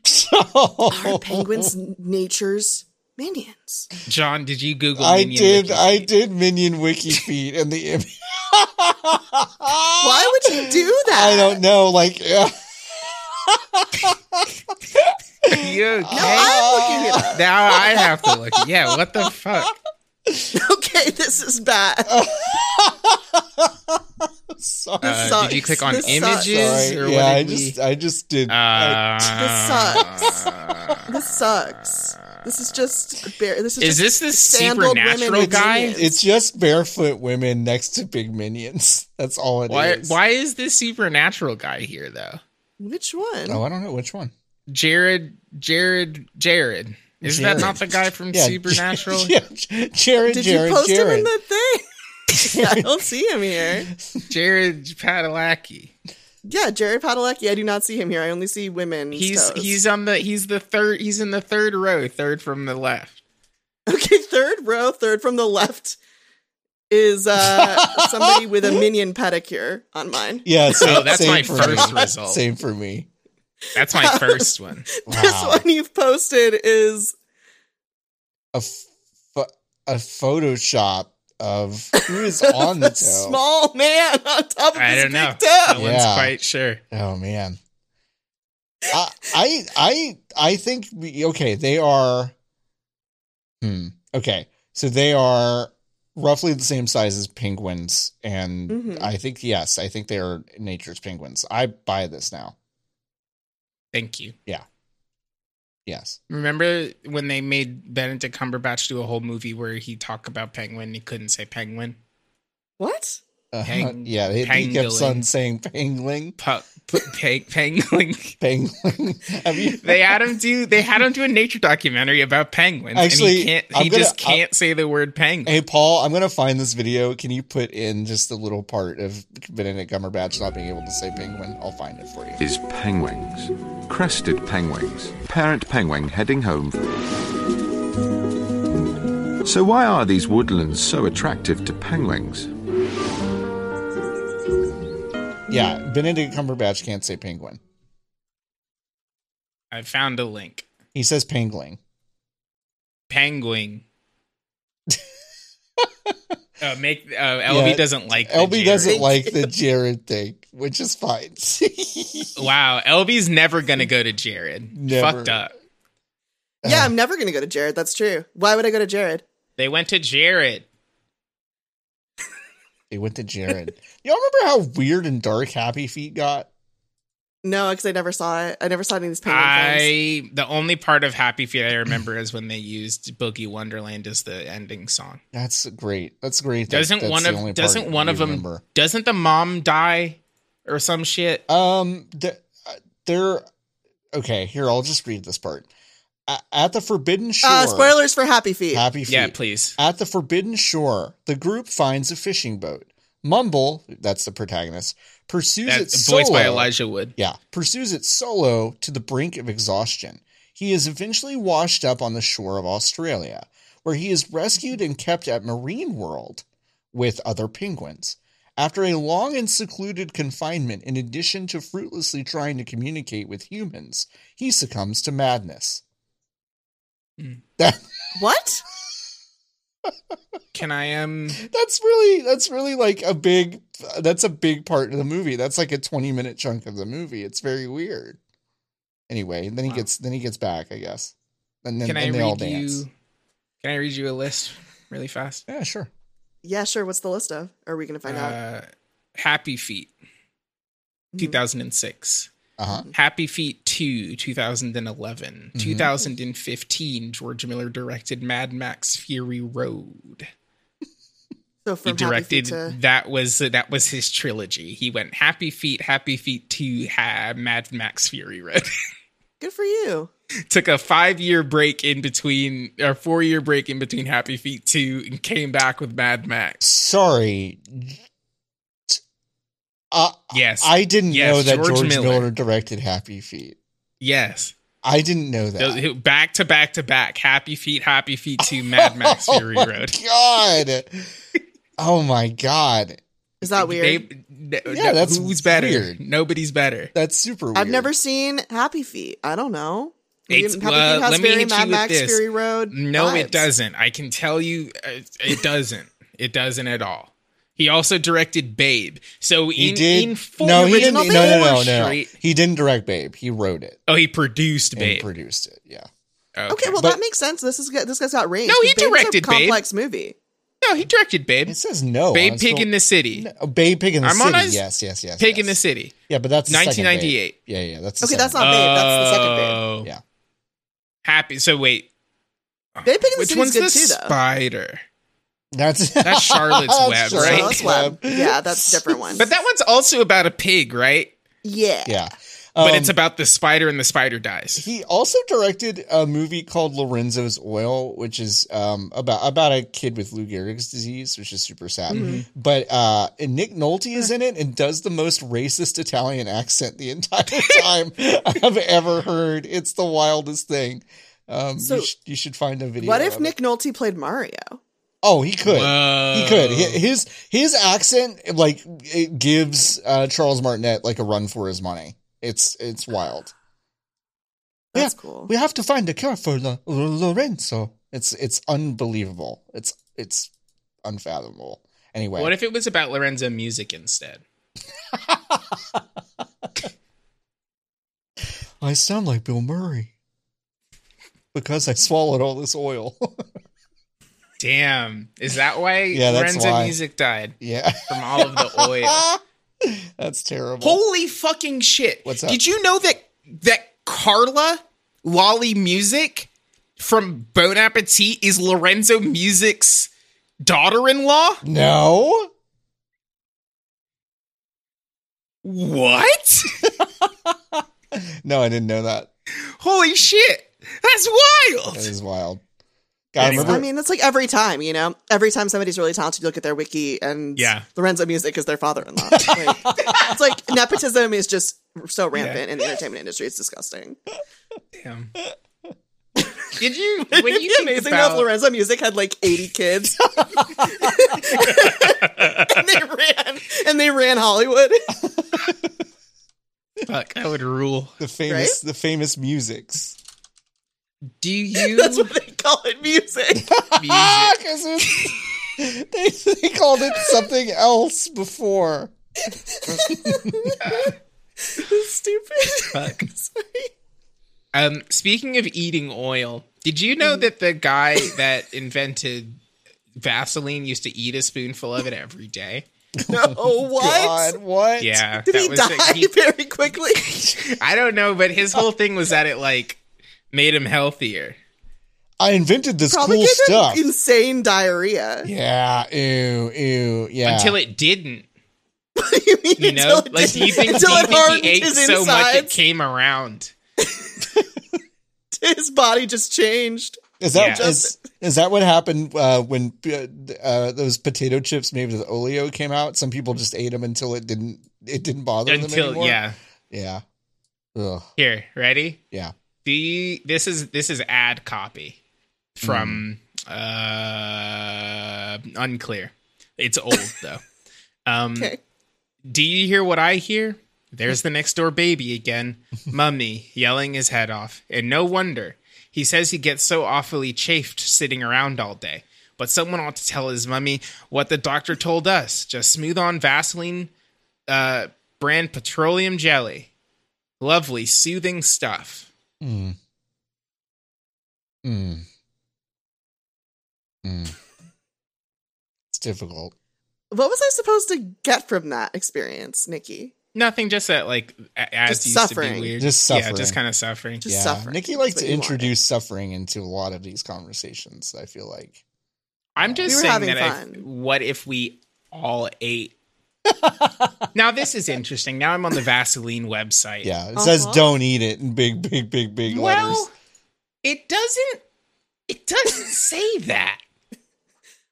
Speaker 5: *laughs*
Speaker 4: Are penguins nature's minions?
Speaker 5: John, did you Google?
Speaker 3: I
Speaker 5: Minion
Speaker 3: did. *laughs*
Speaker 5: Wiki
Speaker 3: I
Speaker 5: feed?
Speaker 3: did minion wiki feed and the. Im- *laughs*
Speaker 4: Why would
Speaker 5: *laughs*
Speaker 4: you do that?
Speaker 3: I don't know. Like, *laughs*
Speaker 5: You okay?
Speaker 4: I'm looking it up.
Speaker 5: now I have to look. Yeah, what
Speaker 4: *laughs*
Speaker 5: the fuck?
Speaker 4: Okay, this is bad.
Speaker 3: sorry.
Speaker 5: Uh,
Speaker 4: sucks.
Speaker 5: did you click on
Speaker 4: This sucks.
Speaker 5: images
Speaker 3: Sorry.
Speaker 5: or
Speaker 3: Yeah,
Speaker 5: what?
Speaker 3: I
Speaker 5: did we-
Speaker 3: just, I just did. I-
Speaker 5: Uh,
Speaker 4: This This sucks. This is just bare. This is
Speaker 5: Is
Speaker 4: just
Speaker 5: this this
Speaker 4: sandaled women
Speaker 5: supernatural
Speaker 4: with
Speaker 5: guy?
Speaker 4: minions.
Speaker 3: it's just barefoot women next to big minions. *laughs* That's all it is.
Speaker 5: Why? Why is this supernatural guy here though?
Speaker 4: which one?
Speaker 3: Oh, I don't know which one.
Speaker 5: Jared, Jared, Jared. Is that
Speaker 3: Jared.
Speaker 5: not the guy from
Speaker 3: Yeah, *laughs*
Speaker 5: Supernatural?
Speaker 3: Yeah, Jared,
Speaker 4: Did
Speaker 3: Jared,
Speaker 4: you post
Speaker 3: Jared.
Speaker 4: him in the thing?
Speaker 3: *laughs*
Speaker 4: yeah, I don't see him here.
Speaker 5: Jared Padalecki.
Speaker 4: Yeah, Jared Padalecki. I do not see him here. I only see women.
Speaker 5: He's
Speaker 4: *laughs*
Speaker 5: he's on the he's the third he's in the third row, third from the left.
Speaker 4: okay. Third row, third from the left
Speaker 3: *laughs*
Speaker 4: is uh somebody with a minion pedicure on mine.
Speaker 3: yeah, same,
Speaker 5: Oh, that's
Speaker 3: same
Speaker 5: my
Speaker 3: for
Speaker 5: first
Speaker 3: me.
Speaker 5: result.
Speaker 3: Same for me.
Speaker 5: That's my first one.
Speaker 4: *laughs* This one you've posted is
Speaker 3: a, pho- a Photoshop of *laughs* who is on the
Speaker 4: *laughs* a
Speaker 3: toe.
Speaker 4: small man on top of
Speaker 5: I
Speaker 4: his
Speaker 5: don't know.
Speaker 4: big toe.
Speaker 5: No one's
Speaker 3: Yeah.
Speaker 5: quite sure.
Speaker 3: oh man, I I I I think we, okay they are. Hmm. Okay, so they are roughly the same size as penguins, and
Speaker 4: Mhm.
Speaker 3: I think yes, I think they are nature's penguins. I buy this now.
Speaker 5: Thank you.
Speaker 3: Yes. *laughs*
Speaker 5: Remember when they made Benedict Cumberbatch do a whole movie where he talked about penguin and he couldn't say penguin?
Speaker 4: What?
Speaker 3: Uh,
Speaker 5: Peng-
Speaker 3: yeah, he, he kept
Speaker 5: pangolin.
Speaker 3: on saying pangling,
Speaker 5: Pu- pu- pe- penguin. *laughs*
Speaker 3: pangling. *laughs* I mean,
Speaker 5: They had him do. They had him do a nature documentary about penguins, and
Speaker 3: Actually,
Speaker 5: he can't. He
Speaker 3: I'm gonna-
Speaker 5: just can't say the word penguin.
Speaker 3: Hey Paul, I'm gonna find this video. Can you put in just a little part of Benedict Cumberbatch not being able to say penguin? I'll find it for you.
Speaker 6: is penguins. Crested penguins. Parent penguin heading home. So, why are these woodlands so attractive to penguins?
Speaker 3: Yeah, Benedict Cumberbatch can't say penguin.
Speaker 5: I found a link.
Speaker 3: He says pangling. *laughs*
Speaker 5: Penguin. uh, make uh, LB
Speaker 3: Yeah,
Speaker 5: doesn't like the
Speaker 3: LB doesn't
Speaker 5: Jared.
Speaker 3: like the Jared thing, which is fine. *laughs*
Speaker 5: Wow, LB's never gonna go to Jared.
Speaker 3: Never.
Speaker 5: Fucked up.
Speaker 3: Uh-huh.
Speaker 4: Yeah, I'm never gonna go to Jared. That's true. Why would I go to Jared?
Speaker 5: They went to Jared.
Speaker 3: they went to Jared. Y'all remember how weird and dark Happy Feet got?
Speaker 4: No, because I never saw it. I never saw any of these penguin films.
Speaker 5: I the only part of Happy Feet I remember is when they used Boogie Wonderland as the ending song.
Speaker 3: That's great. That's great. That-
Speaker 5: Doesn't
Speaker 3: that's
Speaker 5: one
Speaker 3: the only part
Speaker 5: of doesn't one
Speaker 3: we
Speaker 5: of them
Speaker 3: remember.
Speaker 5: doesn't the mom die or some shit?
Speaker 3: Um, th- uh, there. Okay, here I'll just read this part. A- At the Forbidden Shore.
Speaker 4: Uh, spoilers for Happy Feet.
Speaker 3: Happy Feet.
Speaker 5: Yeah, please.
Speaker 3: At the Forbidden Shore, the group finds a fishing boat. Mumble, that's the protagonist, pursues it
Speaker 5: That's
Speaker 3: solo.
Speaker 5: voiced by Elijah Wood.
Speaker 3: Yeah, pursues it solo to the brink of exhaustion. He is eventually washed up on the shore of Australia, where he is rescued and kept at Marine World with other penguins. After a long and secluded confinement, in addition to fruitlessly trying to communicate with humans, he succumbs to madness. That,
Speaker 4: what?
Speaker 5: Can I um
Speaker 3: that's really that's really like a big that's a big part of the movie that's like a 20 minute chunk of the movie it's very weird anyway then he
Speaker 5: Wow.
Speaker 3: gets then he gets back i guess and then
Speaker 5: can I
Speaker 3: and they all
Speaker 5: read
Speaker 3: dance
Speaker 5: you can I read you a list really fast?
Speaker 3: yeah sure
Speaker 4: Yeah, sure. What's the list of? Are we gonna find out?
Speaker 5: Uh, Happy Feet,
Speaker 3: Hmm.
Speaker 5: two thousand and six.
Speaker 3: uh-huh
Speaker 5: Happy Feet 2, 2011.
Speaker 4: Mm-hmm.
Speaker 5: 2015, George Miller directed Mad Max Fury Road.
Speaker 4: So
Speaker 5: He
Speaker 4: from
Speaker 5: directed
Speaker 4: Happy Feet to
Speaker 5: that was that was his trilogy. He went Happy Feet, Happy Feet 2, ha- Mad Max Fury Road. *laughs*
Speaker 4: good for you.
Speaker 5: Took a 5-year break in between or 4-year break in between Happy Feet 2 and came back with Mad Max.
Speaker 3: sorry uh,
Speaker 5: Yes.
Speaker 3: i didn't
Speaker 5: Yes,
Speaker 3: know that george,
Speaker 5: George
Speaker 3: miller.
Speaker 5: Miller.
Speaker 3: directed happy feet
Speaker 5: yes.
Speaker 3: i didn't know that *laughs*
Speaker 5: Those- Back to back to back. Happy Feet,
Speaker 4: *laughs*
Speaker 5: Happy
Speaker 4: Oh
Speaker 5: Feet 2, Mad Max Fury *laughs*
Speaker 3: oh my
Speaker 5: Road.
Speaker 3: god oh my god
Speaker 4: Is that weird?
Speaker 5: They,
Speaker 3: Yeah, that's
Speaker 5: who's better.
Speaker 3: weird.
Speaker 5: Nobody's better.
Speaker 3: That's super weird.
Speaker 4: I've never seen Happy Feet. I don't know. Maybe
Speaker 5: It's-
Speaker 4: Happy
Speaker 5: well,
Speaker 4: Feet has
Speaker 5: let me
Speaker 4: very
Speaker 5: hit you
Speaker 4: Mad
Speaker 5: with
Speaker 4: Max
Speaker 5: this.
Speaker 4: Fury Road.
Speaker 5: No,
Speaker 4: vibes.
Speaker 5: it doesn't. I can tell you, uh, it doesn't. it doesn't at all. He also directed Babe. So
Speaker 3: He
Speaker 5: in,
Speaker 3: did.
Speaker 5: in full
Speaker 3: no, he didn't.
Speaker 5: original
Speaker 3: No, no, no,
Speaker 5: Fourth
Speaker 3: no.
Speaker 5: Street-
Speaker 3: He didn't direct Babe. He wrote it
Speaker 5: Oh, he produced
Speaker 3: and
Speaker 5: Babe.
Speaker 3: produced it. Yeah.
Speaker 4: Okay, well
Speaker 3: But-
Speaker 4: that makes sense. This is good. this guy's got range.
Speaker 5: No, he
Speaker 4: Babe's a
Speaker 5: directed Babe.
Speaker 4: complex movie.
Speaker 5: no, he directed Babe.
Speaker 3: It says no.
Speaker 5: Babe
Speaker 3: on
Speaker 5: Pig
Speaker 3: Scroll-
Speaker 5: in the City.
Speaker 3: No, Babe Pig in the
Speaker 5: I'm on
Speaker 3: City.
Speaker 5: his-
Speaker 3: yes, yes, yes.
Speaker 5: Pig
Speaker 3: yes.
Speaker 5: in the City.
Speaker 3: Yeah, but that's the second Babe.
Speaker 5: 1998.
Speaker 3: Yeah, yeah, that's the
Speaker 4: Okay,
Speaker 3: second
Speaker 4: that's
Speaker 3: Babe.
Speaker 4: not Oh, Babe. That's the second Babe.
Speaker 5: Oh.
Speaker 3: Yeah.
Speaker 5: Happy. So wait,
Speaker 4: Babe Pig in the
Speaker 5: Oh. which
Speaker 4: City's
Speaker 5: one's
Speaker 4: good
Speaker 5: the
Speaker 4: too, though.
Speaker 5: spider?
Speaker 3: *laughs* That's
Speaker 5: That's Charlotte's Web,
Speaker 4: So
Speaker 5: right?
Speaker 4: that's Web. Yeah, that's a different one.
Speaker 5: But that one's also about a pig, right?
Speaker 4: yeah.
Speaker 3: Yeah,
Speaker 5: but
Speaker 3: Um,
Speaker 5: it's about the spider and the spider dies.
Speaker 3: He also directed a movie called Lorenzo's Oil, which is um, about about a kid with Lou Gehrig's disease, which is super sad.
Speaker 4: Mm-hmm.
Speaker 3: But uh, and Nick Nolte is in it and does the most racist Italian accent the entire *laughs* time I've ever heard. It's the wildest thing. Um,
Speaker 4: So-
Speaker 3: you, sh- you should find a video.
Speaker 4: What if
Speaker 3: of it.
Speaker 4: Nick Nolte played Mario?
Speaker 3: Oh, he could. He could.
Speaker 5: Whoa.
Speaker 3: Hi- His his accent like it gives uh, Charles Martinet like a run for his money. It's it's wild.
Speaker 4: That's
Speaker 3: Yeah.
Speaker 4: cool.
Speaker 3: We have to find a cure for Lo- Lo- Lorenzo. It's it's unbelievable. It's it's unfathomable. Anyway,
Speaker 5: What if it was about Lorenzo music instead?
Speaker 3: I sound like Bill Murray because I swallowed all this oil. *laughs*
Speaker 5: Damn, is that why
Speaker 3: Yeah, that's
Speaker 5: Lorenzo
Speaker 3: why.
Speaker 5: music died
Speaker 3: yeah, *laughs*
Speaker 5: from all of the oil?
Speaker 3: that's terrible.
Speaker 5: Holy fucking shit!
Speaker 3: What's up?
Speaker 5: Did you know that that Carla Lolly Music from Bon Appetit is Lorenzo Music's daughter-in-law?
Speaker 3: no,
Speaker 5: What? *laughs*
Speaker 3: no, I didn't know that.
Speaker 5: Holy shit! That's wild.
Speaker 3: That is wild. God, I remember.
Speaker 4: I mean, it's like every time, you know, every time somebody's really talented, you look at their wiki and
Speaker 5: Yeah.
Speaker 4: Lorenzo Music is their
Speaker 3: *laughs*
Speaker 4: father-in-law. Like, it's like nepotism is just so rampant in the entertainment industry. It's
Speaker 3: *laughs*
Speaker 4: disgusting.
Speaker 5: Damn. *laughs* Did *laughs* you when
Speaker 4: It'd
Speaker 5: you
Speaker 4: be
Speaker 5: think
Speaker 4: amazing though
Speaker 5: about
Speaker 4: if Lorenzo Music had like
Speaker 3: *laughs*
Speaker 4: 80 kids. and they ran and they ran Hollywood. *laughs*
Speaker 5: fuck, I would rule.
Speaker 3: the famous the famous musics.
Speaker 5: Do *laughs* you
Speaker 4: That's what they call it
Speaker 3: *laughs*
Speaker 4: music.
Speaker 3: Ah, because *laughs* they, they called it something else before.
Speaker 4: Stupid. *laughs* Sorry.
Speaker 5: Um, speaking of eating oil, did you know that
Speaker 4: *laughs*
Speaker 5: the guy that invented Vaseline used to eat a spoonful of it every day?
Speaker 4: No, what?
Speaker 3: God, what?
Speaker 5: Yeah,
Speaker 4: *laughs* Did he
Speaker 5: was the-
Speaker 4: die
Speaker 5: he-
Speaker 4: *laughs* very
Speaker 5: *laughs*
Speaker 4: quickly?
Speaker 5: I don't know, but his whole thing was that it like made him healthier.
Speaker 3: I invented this
Speaker 4: Probably
Speaker 3: cool
Speaker 4: gave him
Speaker 3: stuff.
Speaker 4: insane diarrhea. *laughs*
Speaker 3: yeah, ew, ew, yeah.
Speaker 5: Until it didn't,
Speaker 4: What do you mean?
Speaker 5: you
Speaker 4: *laughs*
Speaker 5: know.
Speaker 4: until it
Speaker 5: Like, do you
Speaker 4: didn't-
Speaker 5: think, do
Speaker 4: until
Speaker 5: you
Speaker 4: it hardened
Speaker 5: think he ate
Speaker 4: his
Speaker 5: so much it
Speaker 4: insides,
Speaker 5: came around?
Speaker 4: his body just changed.
Speaker 3: is that
Speaker 5: Yeah.
Speaker 3: is, is that what happened uh, when uh, uh, those potato chips made with Oleo came out? Some people just ate them until it didn't it didn't bother them
Speaker 5: Until
Speaker 3: anymore.
Speaker 5: yeah,
Speaker 3: yeah, Ugh,
Speaker 5: here, ready?
Speaker 3: yeah.
Speaker 5: Do you, this is this is ad copy from uh unclear. It's old though. Um
Speaker 4: Okay.
Speaker 5: do you hear what I hear? There's the next door baby again, mummy yelling his head off. And no wonder. He says he gets so awfully chafed sitting around all day. But someone ought to tell his mummy what the doctor told us. Just smooth on Vaseline uh brand petroleum jelly. Lovely, soothing stuff.
Speaker 3: Mm. Mm. Mm. It's difficult.
Speaker 4: What was I supposed to get from that experience, Nikki?
Speaker 5: Nothing, just that like a- ads
Speaker 4: Just
Speaker 5: used to
Speaker 4: suffering.
Speaker 5: be weird.
Speaker 3: Just
Speaker 5: Yeah,
Speaker 3: suffering.
Speaker 5: just kind of suffering.
Speaker 4: Just
Speaker 3: yeah,
Speaker 4: suffering.
Speaker 3: Nikki
Speaker 4: That's
Speaker 3: likes
Speaker 4: what
Speaker 3: to
Speaker 4: you wanted.
Speaker 3: introduce suffering into a lot of these conversations. I feel like
Speaker 5: I'm just
Speaker 4: We were
Speaker 5: saying
Speaker 4: having
Speaker 5: that. I,
Speaker 4: fun.
Speaker 5: what if we all
Speaker 4: *laughs*
Speaker 5: ate? now this is interesting. Now I'm on the Vaseline website.
Speaker 3: yeah, it says
Speaker 4: Uh-huh.
Speaker 3: "don't eat it" in big, big, big, big letters.
Speaker 5: Well, it doesn't. It doesn't say that.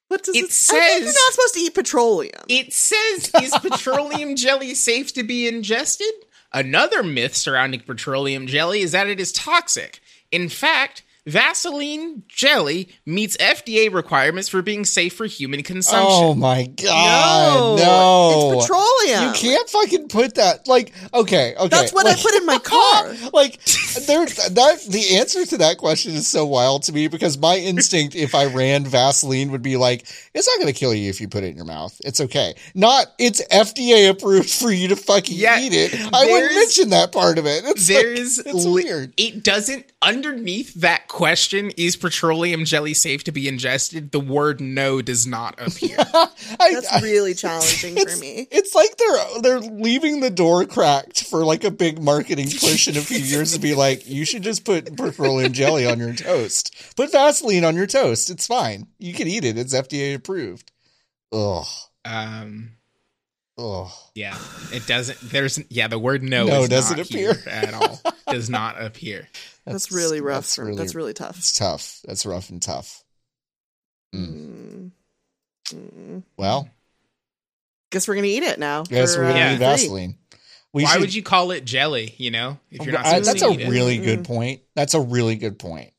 Speaker 4: What does
Speaker 5: It
Speaker 4: it, I think
Speaker 5: says-
Speaker 4: you're not supposed to eat petroleum.
Speaker 5: It says, "Is petroleum jelly safe to be ingested?" Another myth surrounding petroleum jelly is that it is toxic. In fact, Vaseline jelly meets FDA requirements for being safe for human consumption.
Speaker 3: Oh my god. No.
Speaker 4: No, it's petroleum.
Speaker 3: You can't fucking put that like okay, okay.
Speaker 4: That's what
Speaker 3: like,
Speaker 4: I put in my
Speaker 3: *laughs*
Speaker 4: car.
Speaker 3: like there that the answer to that question is so wild to me because my instinct if I ran Vaseline would be like, it's not gonna kill you if you put it in your mouth. It's okay. Not it's FDA approved for you to fucking
Speaker 5: Yeah,
Speaker 3: eat it. I wouldn't
Speaker 5: there's-
Speaker 3: mention that part of it. It's like, *laughs*
Speaker 5: There's
Speaker 3: it's
Speaker 5: li-
Speaker 3: weird.
Speaker 4: *laughs*
Speaker 5: It doesn't underneath that question is petroleum jelly safe to be ingested? The word no does not appear.
Speaker 3: *laughs* I- I-
Speaker 4: That's really challenging for me.
Speaker 3: *laughs* It's like they're they're leaving the door cracked for like a big marketing push in a few years to be like, you should just put petroleum jelly on your toast. Put Vaseline on your toast. It's fine. You can eat it. It's FDA approved. Ugh.
Speaker 5: um
Speaker 3: Ugh.
Speaker 5: yeah, it doesn't there's yeah, the word no,
Speaker 3: No
Speaker 5: is
Speaker 3: doesn't
Speaker 5: not here
Speaker 3: appear.
Speaker 5: at all. Does not appear.
Speaker 4: That's, really rough.
Speaker 3: That's
Speaker 4: for,
Speaker 3: really,
Speaker 4: that's really tough.
Speaker 3: it's tough. That's rough and tough. Mm.
Speaker 4: Mm. Mm.
Speaker 3: Well,
Speaker 4: Guess we're gonna eat it now.
Speaker 3: guess
Speaker 4: for,
Speaker 3: we're gonna
Speaker 5: uh,
Speaker 3: need
Speaker 4: free.
Speaker 3: Vaseline. We
Speaker 5: Why
Speaker 3: should- Oh,
Speaker 5: would you call it jelly, you know? If you're not
Speaker 3: I-
Speaker 5: supposed
Speaker 3: that's
Speaker 5: to
Speaker 3: a
Speaker 5: eat it.
Speaker 3: really good
Speaker 4: Mm.
Speaker 3: point. That's a really good point.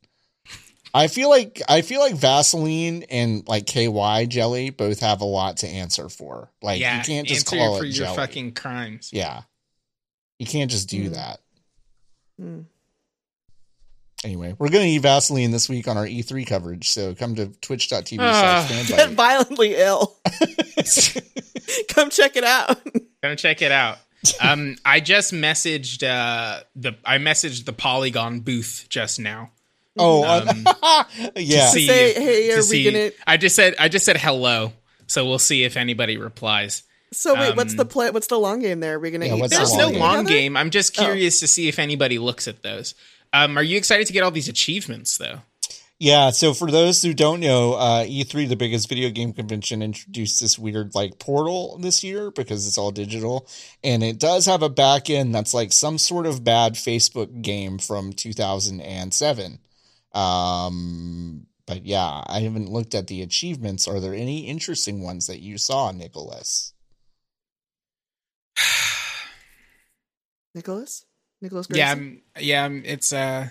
Speaker 3: I feel like I feel like Vaseline and like KY jelly both have a lot to answer for. Like
Speaker 5: yeah,
Speaker 3: you can't just
Speaker 5: answer
Speaker 3: call
Speaker 5: for
Speaker 3: it
Speaker 5: your
Speaker 3: jelly.
Speaker 5: fucking crimes.
Speaker 3: yeah, you can't just do
Speaker 4: Mm.
Speaker 3: that.
Speaker 4: Mm.
Speaker 3: Anyway, we're gonna eat Vaseline this week on our E3 coverage, so come to twitch.tv.
Speaker 5: Ah.
Speaker 3: slash
Speaker 4: Get
Speaker 3: fanbite.
Speaker 4: *laughs* violently ill.
Speaker 5: *laughs*
Speaker 4: Come check it out. *laughs*
Speaker 5: Go check
Speaker 3: *laughs*
Speaker 5: it out. Um, I just messaged uh the I messaged the Polygon booth just now.
Speaker 3: oh,
Speaker 5: Um,
Speaker 3: *laughs* yeah.
Speaker 5: see
Speaker 4: say,
Speaker 5: if-
Speaker 4: "Hey,
Speaker 5: to
Speaker 4: are we
Speaker 5: see-
Speaker 4: gonna-"
Speaker 5: I just said I just said hello, so we'll see if anybody replies.
Speaker 4: So wait, what's
Speaker 5: Um,
Speaker 4: the play? What's the long game there? Are we gonna
Speaker 3: Yeah,
Speaker 4: eat?
Speaker 3: what's the
Speaker 5: There's
Speaker 3: long
Speaker 5: no
Speaker 3: game.
Speaker 5: long
Speaker 4: together?
Speaker 5: game. I'm
Speaker 4: Oh.
Speaker 5: just curious to see if anybody looks at those. Um, are you excited to get all these achievements though?
Speaker 3: Yeah, so for those who don't know, uh, E3, the biggest video game convention, introduced this weird like portal this year because it's all digital, and it does have a back end that's like some sort of bad Facebook game from 2007. Um, but yeah, I haven't looked at the achievements. Are there any interesting ones that you saw, Nicholas?
Speaker 4: Nicholas. Nicholas.
Speaker 5: Yeah,
Speaker 4: Grayson?
Speaker 5: I'm- yeah. I'm- It's uh.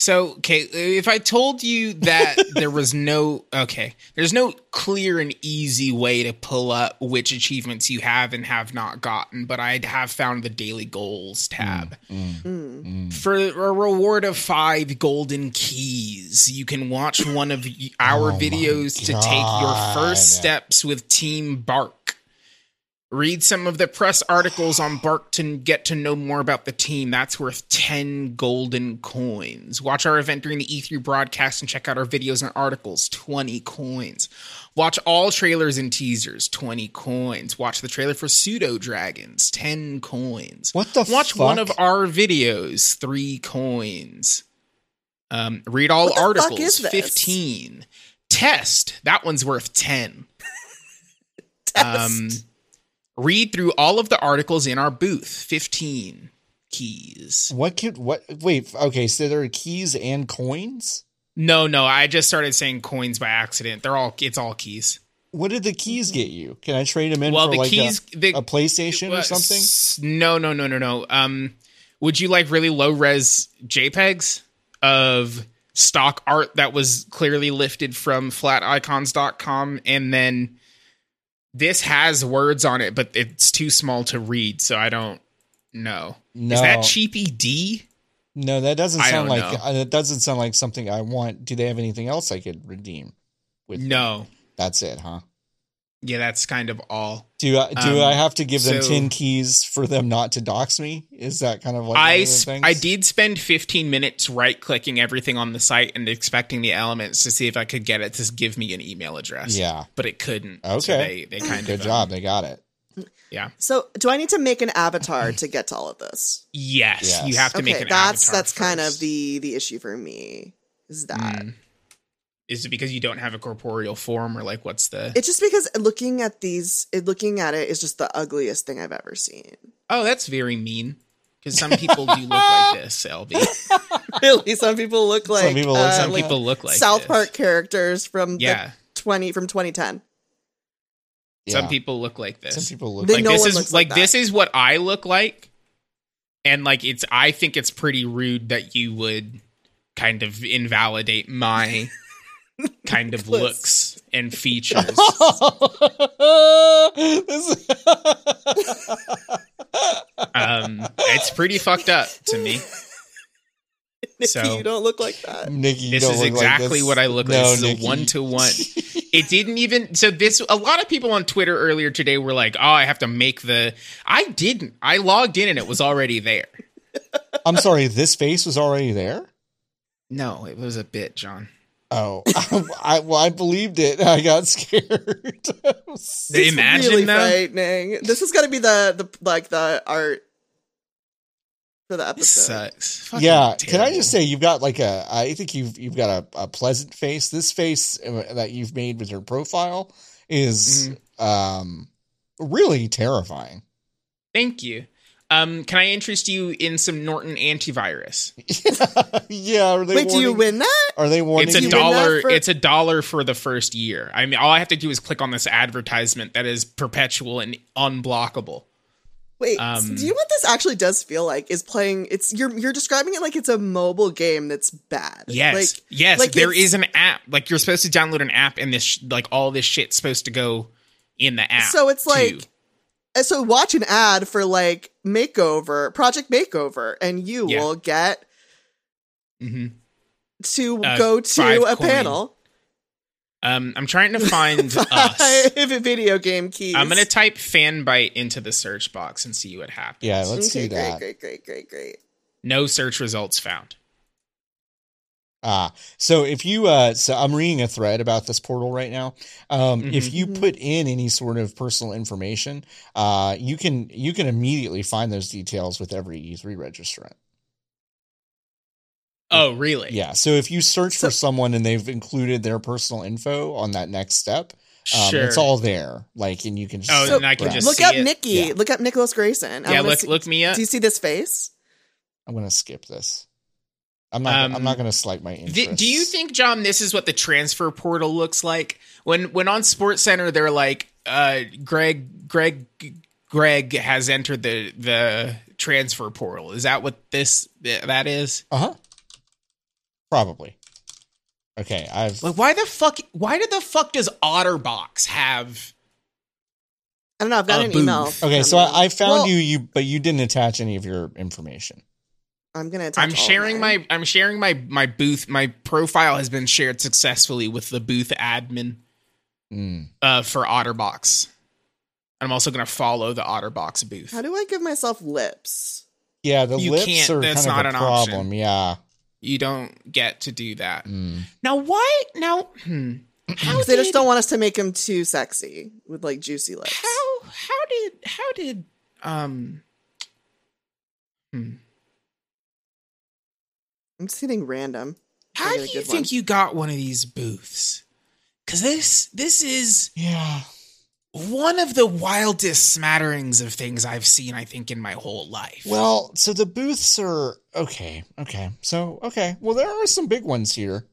Speaker 5: So okay, if I told
Speaker 3: *laughs*
Speaker 5: you that there was no okay, there's no clear and easy way to pull up which achievements you have and have not gotten, but I have found the daily goals
Speaker 3: Hmm.
Speaker 5: tab.
Speaker 4: Mm.
Speaker 5: For a reward of five golden keys, you can watch one of y-
Speaker 3: Oh
Speaker 5: our
Speaker 3: my
Speaker 5: videos to take your first
Speaker 3: God.
Speaker 5: steps with Team Bark. Read some of the press articles on Bark to get to know more about the team. That's worth 10 golden coins. Watch our event during the E3 broadcast and check out our videos and articles. 20 coins. Watch all trailers and teasers. 20 coins. Watch the trailer for Pseudo Dragons. 10 coins.
Speaker 3: What the
Speaker 5: Watch one
Speaker 3: fuck?
Speaker 5: of our videos. 3 coins. Um, read all
Speaker 4: What the fuck
Speaker 5: articles.
Speaker 4: is this?
Speaker 5: 15. Test. That one's worth 10 um, read through all of the articles in our booth 15 keys
Speaker 3: What could what? Wait, okay, so there are keys and coins.
Speaker 5: no no i just started saying coins by accident they're all it's all keys
Speaker 3: What did the keys get you? Can I trade them in
Speaker 5: Mm-hmm. Well,
Speaker 3: for
Speaker 5: the
Speaker 3: like
Speaker 5: keys-
Speaker 3: a,
Speaker 5: the-
Speaker 3: a PlayStation or
Speaker 5: Uh,
Speaker 3: something?
Speaker 5: s- no no no no no um would you like really low res jpegs of stock art that was clearly lifted from flaticons.com and then this has words on it but it's too small to read so i don't know
Speaker 3: No.
Speaker 5: is that cheapy d
Speaker 3: No, that doesn't
Speaker 5: I
Speaker 3: sound
Speaker 5: don't
Speaker 3: like
Speaker 5: know.
Speaker 3: uh, that doesn't sound like something I want. Do they have anything else I could redeem? With
Speaker 5: no
Speaker 3: that's it, huh?
Speaker 5: yeah that's kind of all
Speaker 3: Do I, do
Speaker 5: Um,
Speaker 3: I have to give them
Speaker 5: so-
Speaker 3: ten keys for them not to dox me? Is that kind of like one
Speaker 5: I
Speaker 3: of the
Speaker 5: sp-
Speaker 3: things?
Speaker 5: I did spend 15 minutes right clicking everything on the site and expecting the elements to see if I could get it to give me an email address.
Speaker 3: Yeah.
Speaker 5: but it couldn't. so
Speaker 3: Okay.
Speaker 5: they they kind
Speaker 3: Good
Speaker 5: of um,
Speaker 3: job, they got it.
Speaker 5: yeah.
Speaker 4: So do I need to make an avatar to get to all of this?
Speaker 5: Yes,
Speaker 3: Yes.
Speaker 5: you have *laughs* to make
Speaker 4: Okay,
Speaker 5: an
Speaker 4: that's
Speaker 5: avatar
Speaker 4: that's kind of
Speaker 5: first.
Speaker 4: the uh, the issue for me. Is that
Speaker 5: Mm. Is it because you don't have a corporeal form or like what's the?
Speaker 4: it's just because looking at these, it, looking at it is just the ugliest thing I've ever
Speaker 5: *laughs*
Speaker 4: seen.
Speaker 5: oh, that's very mean. Because some people do look
Speaker 4: *laughs*
Speaker 5: like this, LB.
Speaker 4: really, some people look like
Speaker 3: people look-
Speaker 4: uh,
Speaker 5: Some
Speaker 4: like
Speaker 5: people look like
Speaker 4: South
Speaker 5: this.
Speaker 4: Park characters from
Speaker 5: Yeah,
Speaker 4: the twenty from twenty ten. *laughs*
Speaker 5: some
Speaker 3: Yeah.
Speaker 5: people look like this.
Speaker 3: some people look
Speaker 4: They
Speaker 5: *laughs* like
Speaker 4: know- no
Speaker 5: this
Speaker 4: one
Speaker 5: is
Speaker 4: looks
Speaker 5: like,
Speaker 4: like
Speaker 5: this is what I look like, and like it's I think it's pretty rude that you would kind of
Speaker 3: *laughs*
Speaker 5: invalidate my kind of looks and
Speaker 3: *laughs*
Speaker 5: features.
Speaker 3: This-
Speaker 5: um, it's pretty fucked up to me.
Speaker 4: Nikki,
Speaker 5: So-
Speaker 4: you don't look like that.
Speaker 3: *laughs* Nikki, you
Speaker 5: This
Speaker 3: don't
Speaker 5: is
Speaker 3: look like
Speaker 5: exactly
Speaker 3: this.
Speaker 5: what I look like.
Speaker 3: No,
Speaker 5: this is
Speaker 3: Nikki.
Speaker 5: a one
Speaker 3: *laughs*
Speaker 5: to one. It didn't even so this a lot of people on Twitter earlier today were like, "Oh, I have to make the I didn't. I logged in and it was already there."
Speaker 3: I'm sorry, this face was already there.
Speaker 5: No, it was a bit, John.
Speaker 3: Oh, *laughs* I, well, I believed it. *laughs* I got scared. *laughs*
Speaker 5: They
Speaker 4: It's
Speaker 5: imagine
Speaker 4: really
Speaker 5: though.
Speaker 4: frightening. This is gonna be the the like the art for the
Speaker 5: This
Speaker 4: episode.
Speaker 5: sucks. Fucking
Speaker 3: yeah, can I
Speaker 5: terrible.
Speaker 3: just say you've got like a? I think you've you've got a, a pleasant face. This face uh, that you've made with your profile is
Speaker 5: Mm-hmm.
Speaker 3: um really terrifying. *laughs*
Speaker 5: Thank you. Um, can I interest you in some Norton antivirus?
Speaker 3: yeah, are they
Speaker 4: Wait, do you
Speaker 3: warning-
Speaker 4: win that?
Speaker 3: Are they warning?
Speaker 5: It's a
Speaker 3: you-
Speaker 4: doll-
Speaker 5: dollar.
Speaker 4: for-
Speaker 5: It's a dollar for the first year. I mean, all I have to do is click on this advertisement that is perpetual and unblockable.
Speaker 4: Wait,
Speaker 5: Um,
Speaker 4: do you know what this actually does feel like? Is playing it's you're you're describing it like it's a mobile game that's bad.
Speaker 5: Yes,
Speaker 4: Like
Speaker 5: yes.
Speaker 4: like
Speaker 5: there
Speaker 4: it's-
Speaker 5: is an app. Like you're supposed to download an app, and this, sh- like, all this shit's supposed to go in the app.
Speaker 4: So it's
Speaker 5: too.
Speaker 4: like- And so watch an ad for like makeover, project makeover, and you
Speaker 5: Yeah.
Speaker 4: will get
Speaker 5: Mhm.
Speaker 4: to
Speaker 5: Uh,
Speaker 4: go to
Speaker 5: five
Speaker 4: a
Speaker 5: coin
Speaker 4: panel.
Speaker 5: um, I'm trying
Speaker 4: *laughs*
Speaker 5: to find us.
Speaker 4: Five video game keys.
Speaker 5: I'm gonna type fanbite into the search box and see what happens.
Speaker 3: yeah, let's
Speaker 4: okay,
Speaker 3: do that.
Speaker 4: Great, great, great, great, great.
Speaker 5: No search results found.
Speaker 3: Ah, so if you, uh, so I'm reading a thread about this portal right now. Um,
Speaker 5: Mm-hmm.
Speaker 3: if you
Speaker 4: Mm-hmm.
Speaker 3: put in any sort of personal information, uh, you can you can immediately find those details with every E3 registrant.
Speaker 5: Oh, really?
Speaker 3: Yeah, so if you search for
Speaker 4: So-
Speaker 3: someone and they've included their personal info on that next step, um,
Speaker 5: sure.
Speaker 3: it's all there. Like, and you can just
Speaker 5: Oh,
Speaker 3: look
Speaker 5: and I can
Speaker 3: around.
Speaker 5: just
Speaker 4: Look
Speaker 5: see
Speaker 4: up
Speaker 5: it.
Speaker 4: Nikki.
Speaker 3: Yeah.
Speaker 4: Look up Nicholas Grayson. I
Speaker 5: yeah.
Speaker 4: wanna
Speaker 5: Look,
Speaker 4: see-
Speaker 5: look me up.
Speaker 4: Do you see this face?
Speaker 3: I'm gonna skip this. I'm not. I'm
Speaker 5: Um,
Speaker 3: not gonna slight my interest.
Speaker 5: Th- do you think, John, this is what the transfer portal looks like? When when on Sports Center, they're like, uh, Greg, Greg, Greg has entered the the transfer portal. Is that what this th- that is?
Speaker 3: Uh huh. Probably. Okay, I've.
Speaker 5: Like, why the fuck? Why did the fuck does OtterBox have?
Speaker 4: I don't know. I've got
Speaker 5: A
Speaker 3: Uh,
Speaker 4: an email.
Speaker 5: booth.
Speaker 3: Okay,
Speaker 4: from
Speaker 3: so
Speaker 4: them.
Speaker 3: I, I found
Speaker 4: Well,
Speaker 3: you, you, but you didn't attach any of your information.
Speaker 4: I'm gonna. attach
Speaker 5: I'm
Speaker 4: all of
Speaker 5: sharing
Speaker 4: mine.
Speaker 5: my I'm sharing my my booth. My profile has been shared successfully with the booth admin
Speaker 3: Mm.
Speaker 5: uh, for OtterBox. I'm also gonna follow the OtterBox booth.
Speaker 4: How do I give myself lips?
Speaker 3: Yeah, the
Speaker 5: You
Speaker 3: lips
Speaker 5: can't-
Speaker 3: are
Speaker 5: that's
Speaker 3: kind
Speaker 5: not
Speaker 3: of a
Speaker 5: an
Speaker 3: problem.
Speaker 5: option.
Speaker 3: Yeah.
Speaker 5: you don't get to do that.
Speaker 3: Mm.
Speaker 5: Now why? Now hmm, how
Speaker 4: Because they
Speaker 5: did
Speaker 4: just don't want us to make him too sexy with like juicy lips.
Speaker 5: how how did how did um hmm,
Speaker 4: I'm just hitting random.
Speaker 5: how
Speaker 4: get
Speaker 5: do
Speaker 4: a
Speaker 5: you
Speaker 4: good
Speaker 5: think
Speaker 4: one.
Speaker 5: you got one of these booths? Because this this is
Speaker 3: Yeah.
Speaker 5: one of the wildest smatterings of things I've seen. I think in my whole life.
Speaker 3: Well, so the booths are okay. Okay. So okay. Well, there are some big ones here.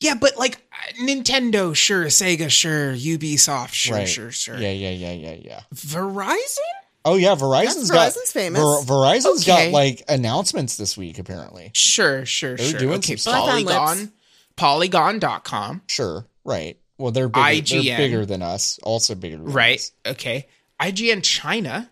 Speaker 5: yeah, but like Nintendo, sure, Sega, sure, Ubisoft, sure,
Speaker 3: right.
Speaker 5: sure, sure.
Speaker 3: Yeah. Yeah. Yeah. Yeah. Yeah.
Speaker 5: Verizon.
Speaker 3: Oh yeah, Verizon's got
Speaker 4: Verizon's famous.
Speaker 3: Ver- Verizon's got
Speaker 5: Okay.
Speaker 3: like announcements this week apparently.
Speaker 5: Sure, sure,
Speaker 3: They're
Speaker 5: sure.
Speaker 3: doing
Speaker 5: okay,
Speaker 3: some stuff.
Speaker 4: Python lips.
Speaker 5: Polygon, Polygon.com.
Speaker 3: Sure. Right. Well, they're bigger, they're
Speaker 5: IGN.
Speaker 3: bigger than us. Also bigger. Than
Speaker 5: Right.
Speaker 3: us.
Speaker 5: Okay. IGN China.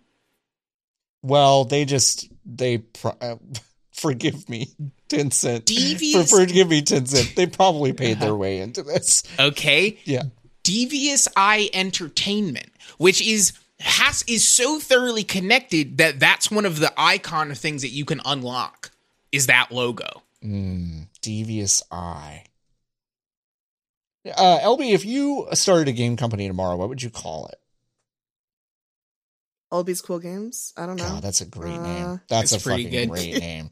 Speaker 3: Well, they just they pro- uh, *laughs* forgive me, Tencent. For,
Speaker 5: Devious.
Speaker 3: forgive me, Tencent. They
Speaker 4: *laughs*
Speaker 3: probably paid their way into this.
Speaker 5: Okay.
Speaker 3: Yeah.
Speaker 5: Devious Eye Entertainment, which is has is so thoroughly connected that that's one of the icon things that you can unlock is that logo. Hmm.
Speaker 3: Mm, devious eye. Uh, LB, if you started a game company tomorrow, what would you call it?
Speaker 4: All these cool games. I don't know.
Speaker 3: God, that's a great
Speaker 4: Uh,
Speaker 3: name. That's a
Speaker 5: That's pretty
Speaker 3: fucking
Speaker 5: good.
Speaker 3: great
Speaker 5: *laughs*
Speaker 3: name.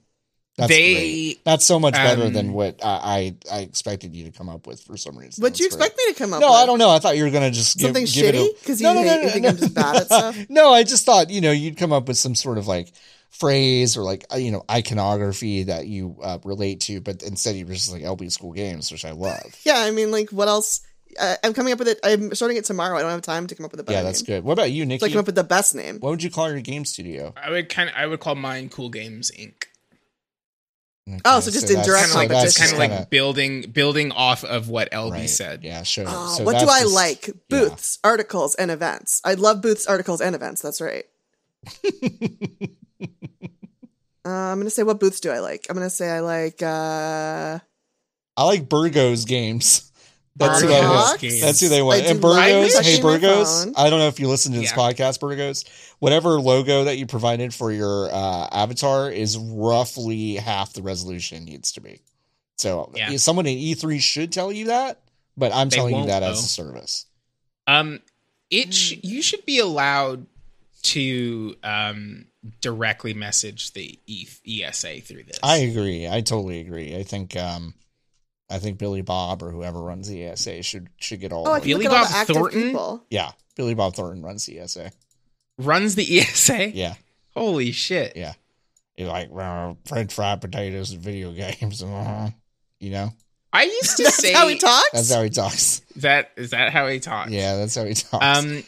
Speaker 3: That's
Speaker 5: They-
Speaker 3: great. That's so much better than
Speaker 5: um,
Speaker 3: what I, I I expected you to come up with for some reason.
Speaker 4: What'd you
Speaker 3: That's great.
Speaker 4: expect me to come up
Speaker 3: No,
Speaker 4: with?
Speaker 3: I don't know. I thought you were gonna just give,
Speaker 4: Something
Speaker 3: give it a-
Speaker 4: shitty? 'Cause you hate- you think I'm just
Speaker 3: *laughs*
Speaker 4: bad at stuff?
Speaker 3: no, I just thought you know you'd come up with some sort of like phrase or like uh, you know iconography that you uh, relate to, but instead you were just like LB School Games, which I love.
Speaker 4: Yeah, I mean, like, what else? Uh, I'm coming up with it. I'm starting it tomorrow. I don't have time to come up with a better
Speaker 3: yeah, that's
Speaker 4: name.
Speaker 3: good. What about you, Nikki?
Speaker 4: So I come up with the best name.
Speaker 3: what would you call your game studio?
Speaker 5: I would kind of I would call mine Cool Games Inc.
Speaker 4: Oh, so just in
Speaker 3: that's-
Speaker 4: direct
Speaker 5: Kind of like
Speaker 3: that's
Speaker 5: that's
Speaker 4: competition.
Speaker 5: kind of like
Speaker 3: kinda-
Speaker 5: building building off of what LB
Speaker 3: right,
Speaker 5: said.
Speaker 3: Yeah, sure.
Speaker 4: Oh,
Speaker 3: So
Speaker 4: what do
Speaker 3: that's
Speaker 4: I
Speaker 3: just-
Speaker 4: like?
Speaker 3: yeah.
Speaker 4: Booths, articles, and events. I love booths, articles, and events.
Speaker 3: *laughs*
Speaker 4: That's right. uh, I'm gonna say what booths do I like? I'm gonna say I like uh
Speaker 3: I like Burgos games. That's who I
Speaker 4: Burgos
Speaker 3: was.
Speaker 4: games.
Speaker 3: That's who they were.
Speaker 4: I do
Speaker 3: And
Speaker 4: like
Speaker 3: Burgos,
Speaker 4: touching
Speaker 3: hey
Speaker 4: my
Speaker 3: Burgos,
Speaker 4: phone.
Speaker 3: I don't know if you listen to this
Speaker 5: Yeah.
Speaker 3: podcast, Burgos. Whatever logo that you provided for your uh, avatar is roughly half the resolution it needs to be. So
Speaker 5: Yeah.
Speaker 3: yeah, someone in E3 should tell you that, but I'm
Speaker 5: They
Speaker 3: telling you
Speaker 5: won't,
Speaker 3: that as a
Speaker 5: though.
Speaker 3: service.
Speaker 5: Um, it sh- you should be allowed to um directly message the e- ESA through this.
Speaker 3: I agree. I totally agree. I think um, I think Billy Bob or whoever runs the ESA should should get all.
Speaker 4: oh I
Speaker 3: of
Speaker 4: can
Speaker 3: it.
Speaker 5: Billy
Speaker 4: look at all
Speaker 5: Bob
Speaker 4: the active
Speaker 5: Thornton?
Speaker 4: people.
Speaker 3: yeah, Billy Bob Thornton runs the ESA.
Speaker 5: runs the ESA.
Speaker 3: Yeah.
Speaker 5: Holy shit!
Speaker 3: Yeah. You like uh, French fried potatoes and video games, *laughs* and, uh, you know
Speaker 5: I used *laughs*
Speaker 4: *laughs*
Speaker 5: to
Speaker 4: That's
Speaker 5: say
Speaker 4: how he talks.
Speaker 3: that's how he talks.
Speaker 5: that is that how he talks.
Speaker 3: Yeah, that's how he talks.
Speaker 5: Um,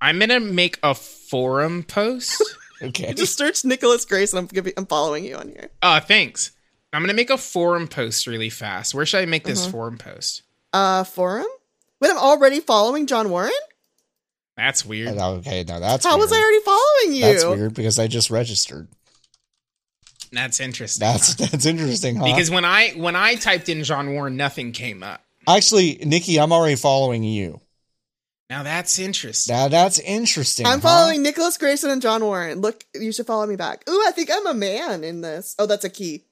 Speaker 5: I'm gonna make a forum post.
Speaker 3: okay,
Speaker 4: Just search Nicholas Grace, and I'm gonna be, I'm following you on here.
Speaker 5: uh, thanks. I'm gonna make a forum post really fast. Where should I make this forum post?
Speaker 4: Uh, forum. Wait, I'm already following John Warren.
Speaker 5: That's weird.
Speaker 3: okay. Now that's
Speaker 4: How was I
Speaker 3: weird.
Speaker 4: already following you?
Speaker 3: That's weird because I just registered.
Speaker 5: That's interesting.
Speaker 3: That's *laughs* that's interesting, huh?
Speaker 5: because when I when I typed in John Warren, nothing came up.
Speaker 3: actually, Nikki, I'm already following you.
Speaker 5: Now that's interesting.
Speaker 3: Now that's interesting.
Speaker 4: I'm
Speaker 3: huh?
Speaker 4: following Nicholas Grayson and John Warren. Look, you should follow me back. Ooh, I think I'm a man in this. Oh, that's a key.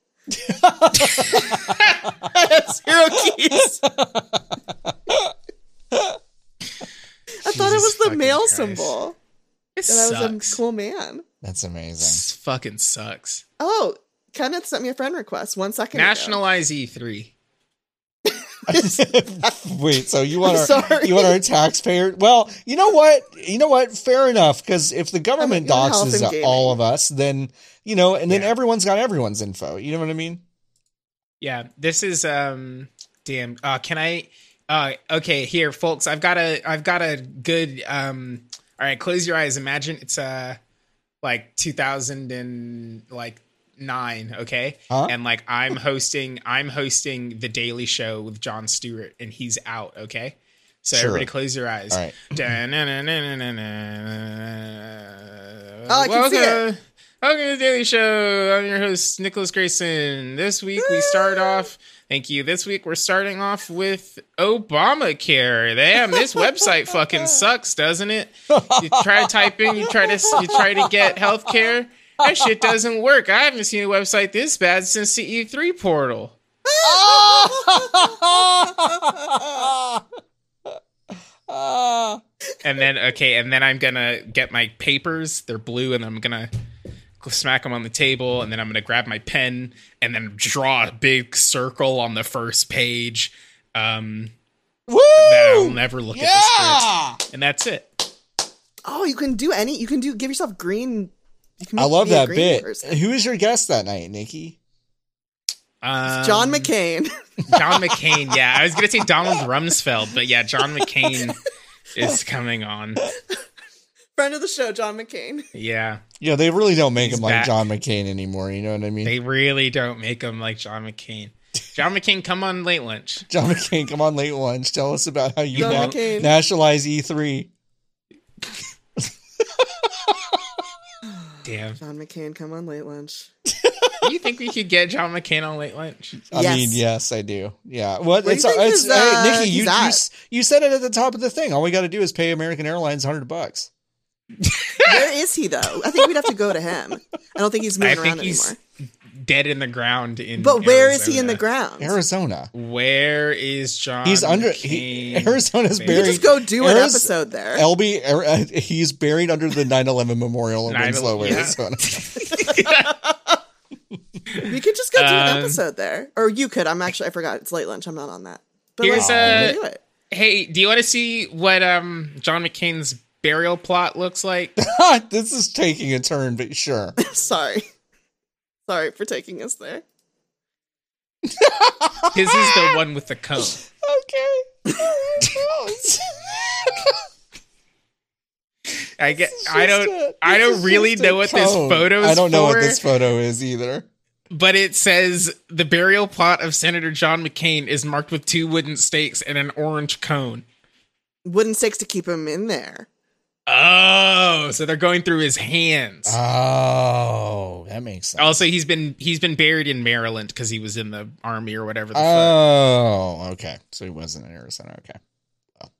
Speaker 4: I have
Speaker 5: *laughs*
Speaker 4: zero keys. I thought it
Speaker 5: Jesus
Speaker 4: was the
Speaker 5: fucking
Speaker 4: male
Speaker 5: Christ.
Speaker 4: symbol.
Speaker 5: This
Speaker 4: That I was
Speaker 5: sucks.
Speaker 4: a cool man.
Speaker 3: That's amazing.
Speaker 4: *laughs*
Speaker 5: This fucking sucks.
Speaker 4: Oh, Kenneth sent me a friend request one second ago.
Speaker 5: Nationalize E3.
Speaker 3: *laughs* Wait, so you want
Speaker 4: I'm
Speaker 3: our
Speaker 4: sorry.
Speaker 3: you want our taxpayer? Well, you know what? You know what? Fair enough. Because if the government
Speaker 4: I mean, health and
Speaker 3: doxes
Speaker 4: gaming.
Speaker 3: all of us, then you know, and then
Speaker 5: Yeah.
Speaker 3: everyone's got everyone's info. You know what I
Speaker 4: *laughs*
Speaker 3: mean?
Speaker 5: Yeah, this is um damn. Uh can I uh okay, here folks, I've got a I've got a good um all right, close your eyes. Imagine it's uh like 2000 and like 9, okay?
Speaker 3: Huh?
Speaker 5: And like I'm hosting I'm hosting the Daily Show with John Stewart and he's out, okay? So
Speaker 3: Sure.
Speaker 5: everybody close your eyes.
Speaker 3: All right.
Speaker 5: Da-na-na-na-na-na-na.
Speaker 4: Oh, I can see
Speaker 5: Welcome- Welcome to the Daily Show. I'm your host, Nicholas Grayson. This week we start off, thank you. This week we're starting off with Obamacare. Damn,
Speaker 4: *laughs*
Speaker 5: this website fucking sucks, doesn't it? You try to type in, you try to you try to get healthcare. That shit doesn't work. I haven't seen a website this bad since the E3 portal. And then okay, and then I'm gonna get my papers. They're blue, and I'm gonna smack them on the table, and then I'm gonna grab my pen and then draw a big circle on the first page. Um,
Speaker 3: Woo!
Speaker 5: that I'll never look at the
Speaker 3: Yeah!
Speaker 5: script, and that's it.
Speaker 4: Oh, you can do any. You can do. Give yourself green. You can
Speaker 3: I love
Speaker 4: be a
Speaker 3: that
Speaker 4: green
Speaker 3: bit.
Speaker 4: person.
Speaker 3: Who was your guest that night, Nikki?
Speaker 5: Um,
Speaker 4: John McCain. *laughs*
Speaker 5: John McCain. Yeah, I was gonna say Donald Rumsfeld, but yeah,
Speaker 3: *laughs*
Speaker 5: John McCain is coming on.
Speaker 4: friend of the show, John McCain.
Speaker 5: Yeah,
Speaker 3: Yeah, they really don't make
Speaker 5: He's
Speaker 3: him like
Speaker 5: back.
Speaker 3: John McCain anymore. You know what I mean?
Speaker 5: they really don't make him like John McCain. John McCain, come on late lunch.
Speaker 3: John *laughs* McCain, come on, late lunch. Tell us about how you
Speaker 4: John
Speaker 3: na-
Speaker 4: McCain.
Speaker 3: nationalize E E3.
Speaker 5: Damn,
Speaker 4: John McCain, come on late lunch.
Speaker 5: do you think we could get John McCain on late lunch?
Speaker 3: I
Speaker 4: Yes.
Speaker 3: mean, yes, I do. Yeah. What?
Speaker 4: Where do
Speaker 3: it's,
Speaker 4: you think
Speaker 3: it's,
Speaker 4: his, uh,
Speaker 3: hey, Nikki, you,
Speaker 4: he's
Speaker 3: you,
Speaker 4: at?
Speaker 3: s- you said it at the top of the thing. All we got to do is pay American Airlines 100 bucks.
Speaker 4: Where is he though? I think we'd have to go to him. I don't think he's
Speaker 5: I
Speaker 4: moving
Speaker 5: think
Speaker 4: around
Speaker 5: he's
Speaker 4: anymore.
Speaker 5: dead in the ground. In
Speaker 4: But where is he in the
Speaker 5: Arizona.
Speaker 4: ground?
Speaker 3: Arizona.
Speaker 5: Where is John?
Speaker 3: He's under. He,
Speaker 5: McCain?
Speaker 3: Arizona's
Speaker 5: You
Speaker 3: buried.
Speaker 4: You just go do an
Speaker 3: Ariz-
Speaker 4: episode there.
Speaker 3: LB, Ar- uh, he's buried under the 9 11 memorial in
Speaker 5: 9/11,
Speaker 3: Winslow,
Speaker 5: yeah.
Speaker 3: Arizona. *laughs*
Speaker 4: you could just go do an
Speaker 5: Um,
Speaker 4: episode there, or you could. I'm actually I forgot. It's late lunch. I'm not on that. But
Speaker 5: Here's
Speaker 4: like,
Speaker 5: a-
Speaker 4: you could do it.
Speaker 5: Hey, do you want to see what um John McCain's burial plot looks like?
Speaker 3: this is taking a turn, but sure. *laughs*
Speaker 4: *laughs* Sorry, sorry for taking us there.
Speaker 5: His is the one with the cone.
Speaker 3: okay.
Speaker 5: I get. *laughs* I don't.
Speaker 3: a-
Speaker 5: I
Speaker 3: this
Speaker 5: don't
Speaker 3: is
Speaker 5: really
Speaker 3: just a
Speaker 5: know what this
Speaker 3: cone.
Speaker 5: photo is.
Speaker 3: I don't know
Speaker 5: for.
Speaker 3: what this photo is either.
Speaker 5: but it says the burial plot of Senator John McCain is marked with two wooden stakes and an orange cone.
Speaker 4: Wooden stakes to keep him in there.
Speaker 5: Oh, so they're going through his hands.
Speaker 3: Oh, that makes sense.
Speaker 5: also, he's been he's been buried in Maryland because he was in the army or whatever. The fuck.
Speaker 3: Oh, okay. So he wasn't in Arizona. Okay. Well,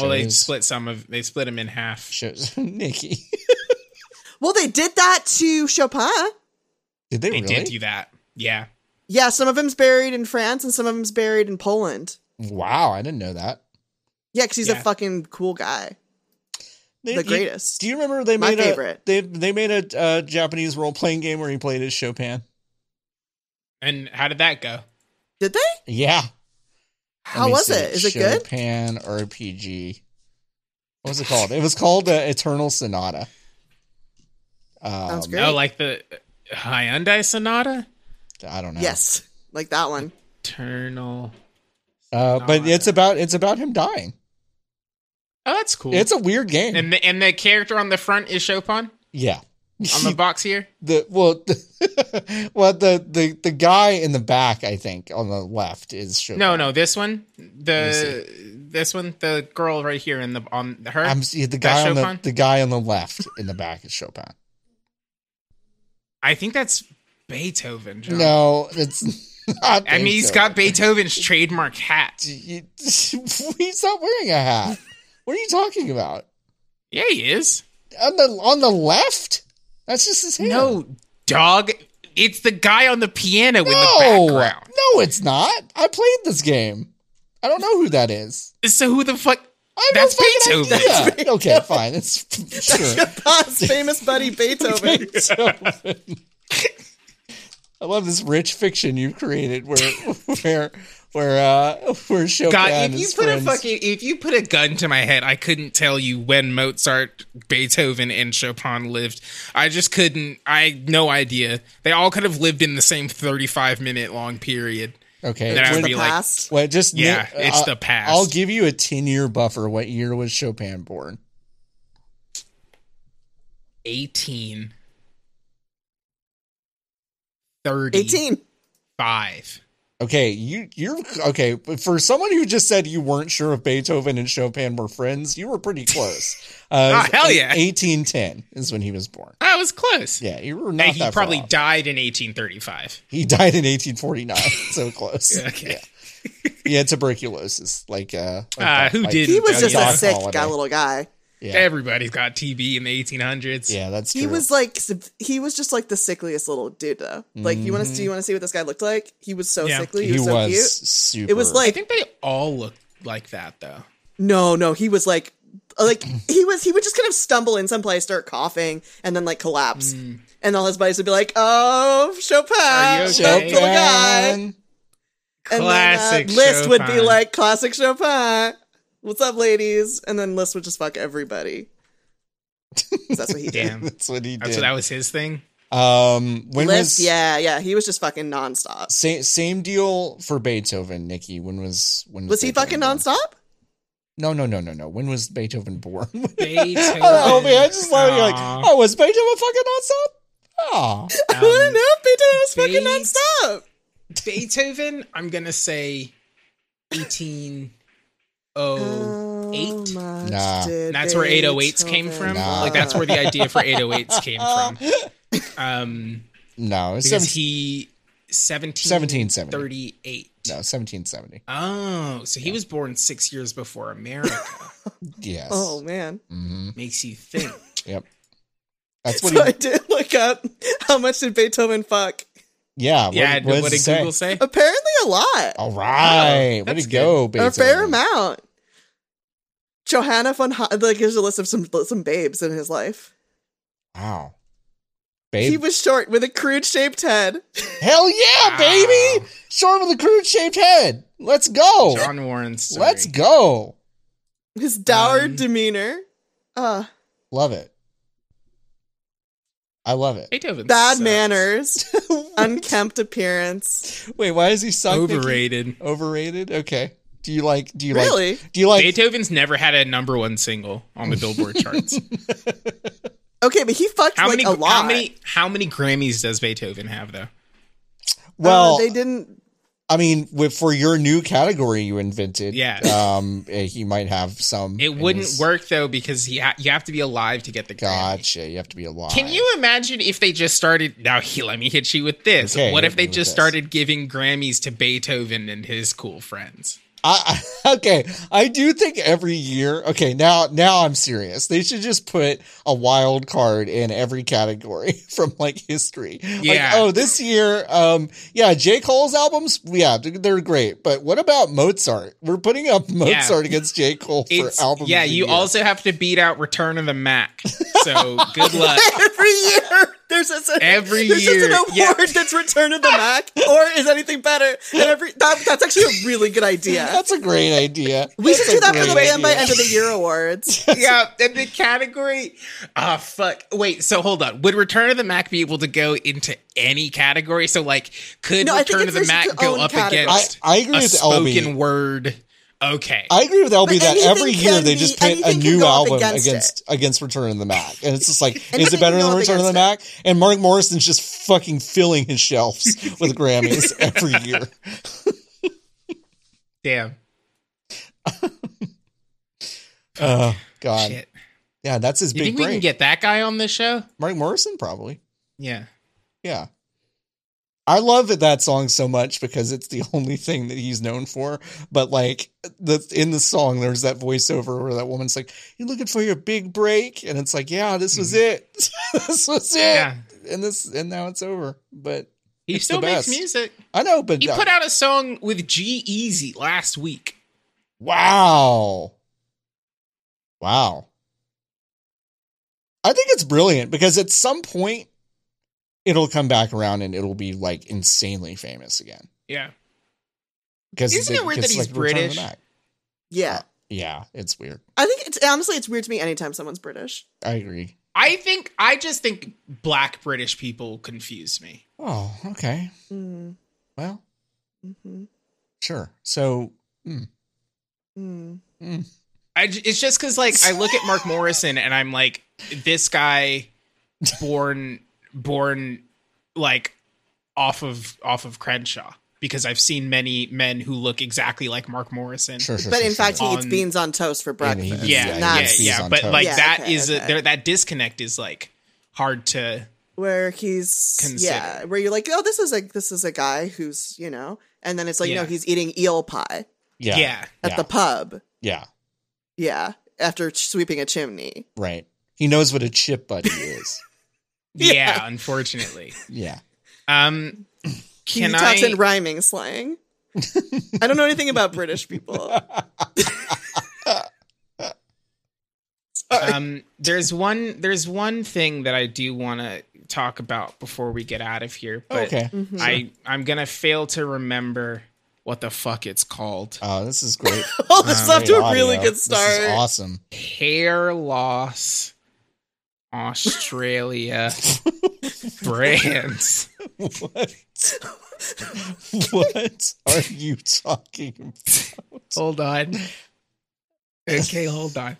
Speaker 5: Well, they
Speaker 3: shows-
Speaker 5: split some of they split him in half.
Speaker 3: shows *laughs* Nikki.
Speaker 4: Well, they did that to Chopin.
Speaker 3: Did they,
Speaker 5: They
Speaker 3: really?
Speaker 5: did do that. Yeah.
Speaker 4: Yeah, some of him's buried in France and some of him's buried in Poland.
Speaker 3: Wow, I didn't know that.
Speaker 4: Yeah, because he's a
Speaker 5: Yeah.
Speaker 4: fucking cool guy.
Speaker 3: They-
Speaker 4: The
Speaker 3: you-
Speaker 4: greatest.
Speaker 3: Do you remember they
Speaker 4: My
Speaker 3: made
Speaker 4: favorite.
Speaker 3: a they they made a uh, Japanese role playing game where he played as Chopin?
Speaker 5: And how did that go?
Speaker 4: Did they?
Speaker 3: Yeah. Let
Speaker 4: How
Speaker 3: me
Speaker 4: was
Speaker 3: see.
Speaker 4: it? Is it good?
Speaker 3: Chopin RPG. What was it called? It was called uh, Eternal Sonata. Um,
Speaker 4: Sounds great.
Speaker 5: Oh, like the Hyundai Sonata?
Speaker 3: Um, I don't know.
Speaker 4: Yes, like that one.
Speaker 5: Eternal.
Speaker 3: Uh, but
Speaker 5: Sonata.
Speaker 3: it's about it's about him dying.
Speaker 5: Oh, that's cool.
Speaker 3: It's a weird game.
Speaker 5: and the, and the character on the front is Chopin
Speaker 3: yeah. *laughs*
Speaker 5: on the box here.
Speaker 3: the well, *laughs* the, well the, the the guy in the back, I think, on the left is Chopin.
Speaker 5: No, no, this one, the this one, the girl right here in the on her.
Speaker 3: I'm
Speaker 5: i
Speaker 3: yeah, the
Speaker 5: That's
Speaker 3: guy on the
Speaker 5: Chopin?
Speaker 3: the guy on the left in the back is Chopin.
Speaker 5: think that's Beethoven. John.
Speaker 3: No, it's *laughs* not.
Speaker 5: I mean he's got Beethoven's
Speaker 3: *laughs*
Speaker 5: trademark hat.
Speaker 3: Beethoven. *laughs* he's not wearing a hat. What are you talking about?
Speaker 5: Yeah, he is.
Speaker 3: On the on the left? That's just his hand.
Speaker 5: No, dog. It's the guy on the piano
Speaker 3: no,
Speaker 5: in the background.
Speaker 3: no, it's not. I played this game. I don't know who that is.
Speaker 5: So who the fuck?
Speaker 3: I have
Speaker 5: That's
Speaker 3: no fucking
Speaker 5: Beethoven.
Speaker 3: *laughs* idea. Okay, fine.
Speaker 5: *laughs*
Speaker 3: It's sure.
Speaker 4: Chopin's famous
Speaker 3: *laughs*
Speaker 4: buddy Beethoven.
Speaker 3: I love this rich fiction you've created where where where uh where Chopin
Speaker 5: God, if you
Speaker 3: is
Speaker 5: put
Speaker 3: friends.
Speaker 5: a fucking if you put a gun to my head, I couldn't tell you when Mozart, Beethoven, and Chopin lived. I just couldn't. I no idea. They all could have lived in the same thirty-five minute long period.
Speaker 3: okay.
Speaker 5: Then I
Speaker 3: when-
Speaker 5: would
Speaker 4: the
Speaker 5: be like-
Speaker 4: past.
Speaker 3: Well, just
Speaker 5: Yeah,
Speaker 3: ni-
Speaker 5: it's
Speaker 3: I'll-
Speaker 5: the past.
Speaker 3: I'll give you a ten-year buffer. What year was Chopin born?
Speaker 5: Eighteen. 30,
Speaker 4: 18.
Speaker 5: 5.
Speaker 3: Okay, you you're okay. But for someone who just said you weren't sure if Beethoven and Chopin were friends, you were pretty
Speaker 5: *laughs*
Speaker 3: close. Uh,
Speaker 5: Oh, hell yeah.
Speaker 3: Eighteen ten is when he was born.
Speaker 5: I was close.
Speaker 3: Yeah, you were
Speaker 5: Now,
Speaker 3: not
Speaker 5: he
Speaker 3: that
Speaker 5: probably
Speaker 3: far off.
Speaker 5: died in 1835.
Speaker 3: He died in
Speaker 5: *laughs*
Speaker 3: 1849. so close.
Speaker 5: Okay.
Speaker 3: Yeah. He had tuberculosis, like uh, like
Speaker 5: Ah, who
Speaker 3: like-
Speaker 5: didn't?
Speaker 4: He was
Speaker 5: Oh,
Speaker 4: just
Speaker 5: yeah.
Speaker 4: a sick
Speaker 3: Holiday.
Speaker 4: guy, little guy.
Speaker 3: Yeah,
Speaker 5: Everybody's got TB in the 1800s.
Speaker 3: yeah, that's true.
Speaker 4: He was like s- he was just like the sickliest little dude though. Like you want to see you want to see what this guy looked like? He was so
Speaker 5: Yeah.
Speaker 4: sickly. He was so cute.
Speaker 3: super.
Speaker 4: It was
Speaker 5: I
Speaker 4: like
Speaker 5: think they all look like that though.
Speaker 4: no, no. He was like
Speaker 5: *clears throat*
Speaker 4: like he was he would just kind of stumble in someplace, start coughing, and then like collapse. And all his buddies would be like, "Oh,
Speaker 5: Hmm. Are
Speaker 4: Chopin,
Speaker 5: you
Speaker 4: that
Speaker 5: okay?
Speaker 4: little guy." And
Speaker 5: Classic
Speaker 4: then, uh, List would be
Speaker 5: Chopin.
Speaker 4: like, "Classic Chopin, what's up, ladies?" And then List would just fuck everybody. 'Cause That's
Speaker 5: *laughs*
Speaker 4: what he
Speaker 3: *laughs*
Speaker 4: did.
Speaker 5: Damn.
Speaker 3: That's what he did.
Speaker 5: That's what that was his thing.
Speaker 3: um, when
Speaker 4: List,
Speaker 3: was
Speaker 4: yeah, yeah. He was just fucking nonstop.
Speaker 3: Same same deal for Beethoven, Nikki. When was when
Speaker 4: Was he fucking
Speaker 3: Beethoven born?
Speaker 4: nonstop?
Speaker 3: No, no, no, no, no. When was Beethoven born? *laughs*
Speaker 5: Beethoven.
Speaker 3: oh man, *laughs* I just love you. Like,
Speaker 5: Aw.
Speaker 3: oh, was Beethoven fucking nonstop?
Speaker 4: *laughs*
Speaker 3: Oh, *laughs*
Speaker 4: I don't know. Beethoven
Speaker 5: Beethoven.
Speaker 4: was fucking nonstop.
Speaker 5: Beethoven, I'm gonna say 1808.
Speaker 4: How much
Speaker 3: Nah.
Speaker 4: did
Speaker 5: oh that's where 808s came from.
Speaker 4: Oh, Beethoven
Speaker 3: Nah.
Speaker 5: Like that's where the idea for 808s came
Speaker 3: *laughs*
Speaker 5: from. Um,
Speaker 3: no, it's
Speaker 5: because
Speaker 3: 17,
Speaker 5: he 17,
Speaker 3: 1770.
Speaker 5: 38.
Speaker 3: no, 1770.
Speaker 5: Oh, so he was born six years before America. *laughs*
Speaker 3: Yes.
Speaker 4: Oh man!
Speaker 3: hmm
Speaker 5: Makes you think.
Speaker 3: Yep.
Speaker 4: *laughs*
Speaker 3: That's what
Speaker 4: So I
Speaker 3: he.
Speaker 4: did look up how much did Beethoven fuck.
Speaker 3: Yeah. Uh, What,
Speaker 5: yeah,
Speaker 3: what,
Speaker 5: what,
Speaker 3: does it
Speaker 5: did
Speaker 3: say? Uh,
Speaker 5: Google say?
Speaker 4: Apparently, a lot,
Speaker 3: All right.
Speaker 5: Wow,
Speaker 3: Way
Speaker 5: that's
Speaker 3: to go,
Speaker 4: a
Speaker 3: Beethoven.
Speaker 4: fair amount. Johanna von Ho- like gives a list of some some babes in his life.
Speaker 3: Wow.
Speaker 4: He
Speaker 3: Babe.
Speaker 4: was short with a crude shaped head.
Speaker 3: Hell yeah, baby! Short with a crude shaped head. Let's go.
Speaker 5: John Warren's. story.
Speaker 3: oh, Let's go.
Speaker 4: His dour
Speaker 5: Um,
Speaker 4: demeanor. Uh,
Speaker 3: Love it. I love it.
Speaker 5: Beethoven.
Speaker 4: bad
Speaker 5: sucks.
Speaker 4: manners, unkempt appearance.
Speaker 3: *laughs* Wait, why is he suck? Nikki?
Speaker 5: Overrated.
Speaker 3: Overrated. Okay. Do you like? Do you
Speaker 4: Really?
Speaker 3: like? Do you like? *laughs*
Speaker 5: Beethoven's never had a number one single on the Billboard charts.
Speaker 4: Okay, but he fucked
Speaker 5: How
Speaker 4: like
Speaker 5: many?
Speaker 4: a lot. Uh,
Speaker 5: How many? How many Grammys does Beethoven have though?
Speaker 4: Well,
Speaker 3: Well,
Speaker 4: Oh, they didn't.
Speaker 3: I mean, with, for your new category you invented,
Speaker 5: Yeah.
Speaker 3: um, eh, he might have some.
Speaker 5: It
Speaker 3: in
Speaker 5: wouldn't
Speaker 3: his-
Speaker 5: work though because he ha- you have to be alive to get the Grammy.
Speaker 3: Gotcha, you have to be alive.
Speaker 5: Can you imagine if they just started now? He, let me hit you with this.
Speaker 3: Okay,
Speaker 5: what
Speaker 3: hit
Speaker 5: if they
Speaker 3: me with
Speaker 5: just
Speaker 3: this.
Speaker 5: started giving Grammys to Beethoven and his cool friends?
Speaker 3: I, I- *laughs* okay, I do think every year. Okay, now now I'm serious. They should just put a wild card in every category *laughs* from like history.
Speaker 5: Yeah.
Speaker 3: Like, oh, this year, um, yeah, J Cole's albums, yeah, th- they're great. But what about Mozart? We're putting up Mozart against J Cole for
Speaker 5: It's
Speaker 3: album.
Speaker 5: yeah. You also have to beat out Return of
Speaker 3: *laughs*
Speaker 5: the Mac. So good luck.
Speaker 4: Every year, there's just a,
Speaker 5: Every
Speaker 4: there's just an
Speaker 5: year,
Speaker 4: award
Speaker 5: yeah.
Speaker 4: *laughs* that's returned to the Mac, or is anything better? And every that, that's actually a really good idea.
Speaker 3: That's a great idea.
Speaker 4: We should
Speaker 3: That's
Speaker 4: do
Speaker 3: a
Speaker 4: that for the
Speaker 3: great
Speaker 4: band by
Speaker 3: idea.
Speaker 4: end of the year awards.
Speaker 3: *laughs*
Speaker 5: yeah, and the category. Ah, fuck. Wait, so hold on. Would Return of the Mac be able to go into any category? So, like, could
Speaker 4: No, I think
Speaker 5: Return
Speaker 4: if
Speaker 5: of the
Speaker 4: there's
Speaker 5: Mac
Speaker 4: its
Speaker 5: go
Speaker 4: own
Speaker 5: up
Speaker 4: category.
Speaker 5: against
Speaker 3: I- I agree
Speaker 5: a
Speaker 3: with LB.
Speaker 5: spoken word? Okay.
Speaker 3: I agree with LB
Speaker 4: But
Speaker 3: that
Speaker 4: anything
Speaker 3: every year
Speaker 4: can
Speaker 3: they
Speaker 4: be-
Speaker 3: just put a
Speaker 4: anything can
Speaker 3: new
Speaker 4: go up
Speaker 3: album against
Speaker 4: against
Speaker 3: against, Return of the Mac, and it's just like, is
Speaker 4: *laughs* Anything
Speaker 3: it better
Speaker 4: can go
Speaker 3: than
Speaker 4: up
Speaker 3: Return of the Mac?
Speaker 4: against
Speaker 3: And Mark Morrison's just fucking filling his shelves *laughs* with Grammys every year.
Speaker 5: Damn.
Speaker 3: Oh God,
Speaker 5: Uh, Shit.
Speaker 3: yeah, that's his
Speaker 5: You
Speaker 3: big
Speaker 5: think we can
Speaker 3: break.
Speaker 5: get that guy on this show?
Speaker 3: Mark Morrison probably.
Speaker 5: Yeah.
Speaker 3: Yeah, I love that that song so much because it's the *laughs* only thing that he's known for. But like the in the song, there's that voiceover where that woman's like, "You looking for your big break?" And it's like, "Yeah, this was it. *laughs* this was it."
Speaker 5: Mm-hmm. Yeah.
Speaker 3: and this and now it's over. But
Speaker 5: He
Speaker 3: It's the
Speaker 5: still makes
Speaker 3: best.
Speaker 5: music.
Speaker 3: I know, but
Speaker 5: He put out a song with G Easy last week.
Speaker 3: wow, wow. I think it's brilliant because at some point it'll come back around and it'll be like insanely famous again.
Speaker 5: Yeah.
Speaker 3: Because
Speaker 5: Isn't it weird that he's British?
Speaker 4: Yeah,
Speaker 3: Yeah, it's weird.
Speaker 4: I think it's honestly it's weird to me anytime someone's British.
Speaker 3: I agree.
Speaker 5: I think, I just think black British people confuse me.
Speaker 3: Oh, okay.
Speaker 4: Mm,
Speaker 3: Well,
Speaker 4: mm-hmm,
Speaker 3: sure. So
Speaker 4: mm.
Speaker 5: I j it's just because like I look at Mark Morrison and I'm like, this guy, born born like off of off of Crenshaw because I've seen many men who look exactly like Mark Morrison.
Speaker 3: sure, sure.
Speaker 4: But
Speaker 3: sure,
Speaker 4: in
Speaker 3: sure.
Speaker 4: fact, he eats
Speaker 5: On-
Speaker 4: beans on toast for
Speaker 3: And he
Speaker 4: breakfast.
Speaker 3: eats-
Speaker 5: Yeah,
Speaker 4: and
Speaker 5: yeah, yeah.
Speaker 4: that's
Speaker 3: he's on
Speaker 5: But
Speaker 3: toast.
Speaker 5: like
Speaker 4: Yeah,
Speaker 5: that is
Speaker 4: okay,
Speaker 5: a,
Speaker 4: okay.
Speaker 5: there, that disconnect is like hard to.
Speaker 4: where he's yeah,
Speaker 5: Considered.
Speaker 4: where you're like, oh, this is a this is a guy who's you know, and then it's like,
Speaker 5: Yeah.
Speaker 4: no, he's eating eel pie
Speaker 3: yeah,
Speaker 5: Yeah.
Speaker 3: yeah,
Speaker 4: at the pub.
Speaker 3: yeah,
Speaker 4: Yeah, after ch- sweeping a chimney.
Speaker 3: right. He knows what a chip buddy is.
Speaker 5: Yeah,
Speaker 4: Yeah.
Speaker 5: unfortunately.
Speaker 4: *laughs*
Speaker 3: yeah.
Speaker 5: Um, can
Speaker 4: he
Speaker 5: I?
Speaker 4: talks in rhyming slang. I don't know anything about British
Speaker 5: *laughs*
Speaker 4: people.
Speaker 5: um, there's one. There's one thing that I do want to talk about before we get out of here. But
Speaker 3: okay.
Speaker 5: I I'm gonna fail to remember what the fuck it's called.
Speaker 3: Oh, this is
Speaker 4: *laughs*
Speaker 3: great.
Speaker 4: All this is off to
Speaker 3: Great
Speaker 4: a really
Speaker 3: audio.
Speaker 4: good
Speaker 3: This is
Speaker 4: start.
Speaker 3: awesome. *laughs*
Speaker 5: Hair loss, Australia, brands.
Speaker 4: *laughs*
Speaker 3: What? what are you talking about?
Speaker 5: Hold on. Okay, hold on.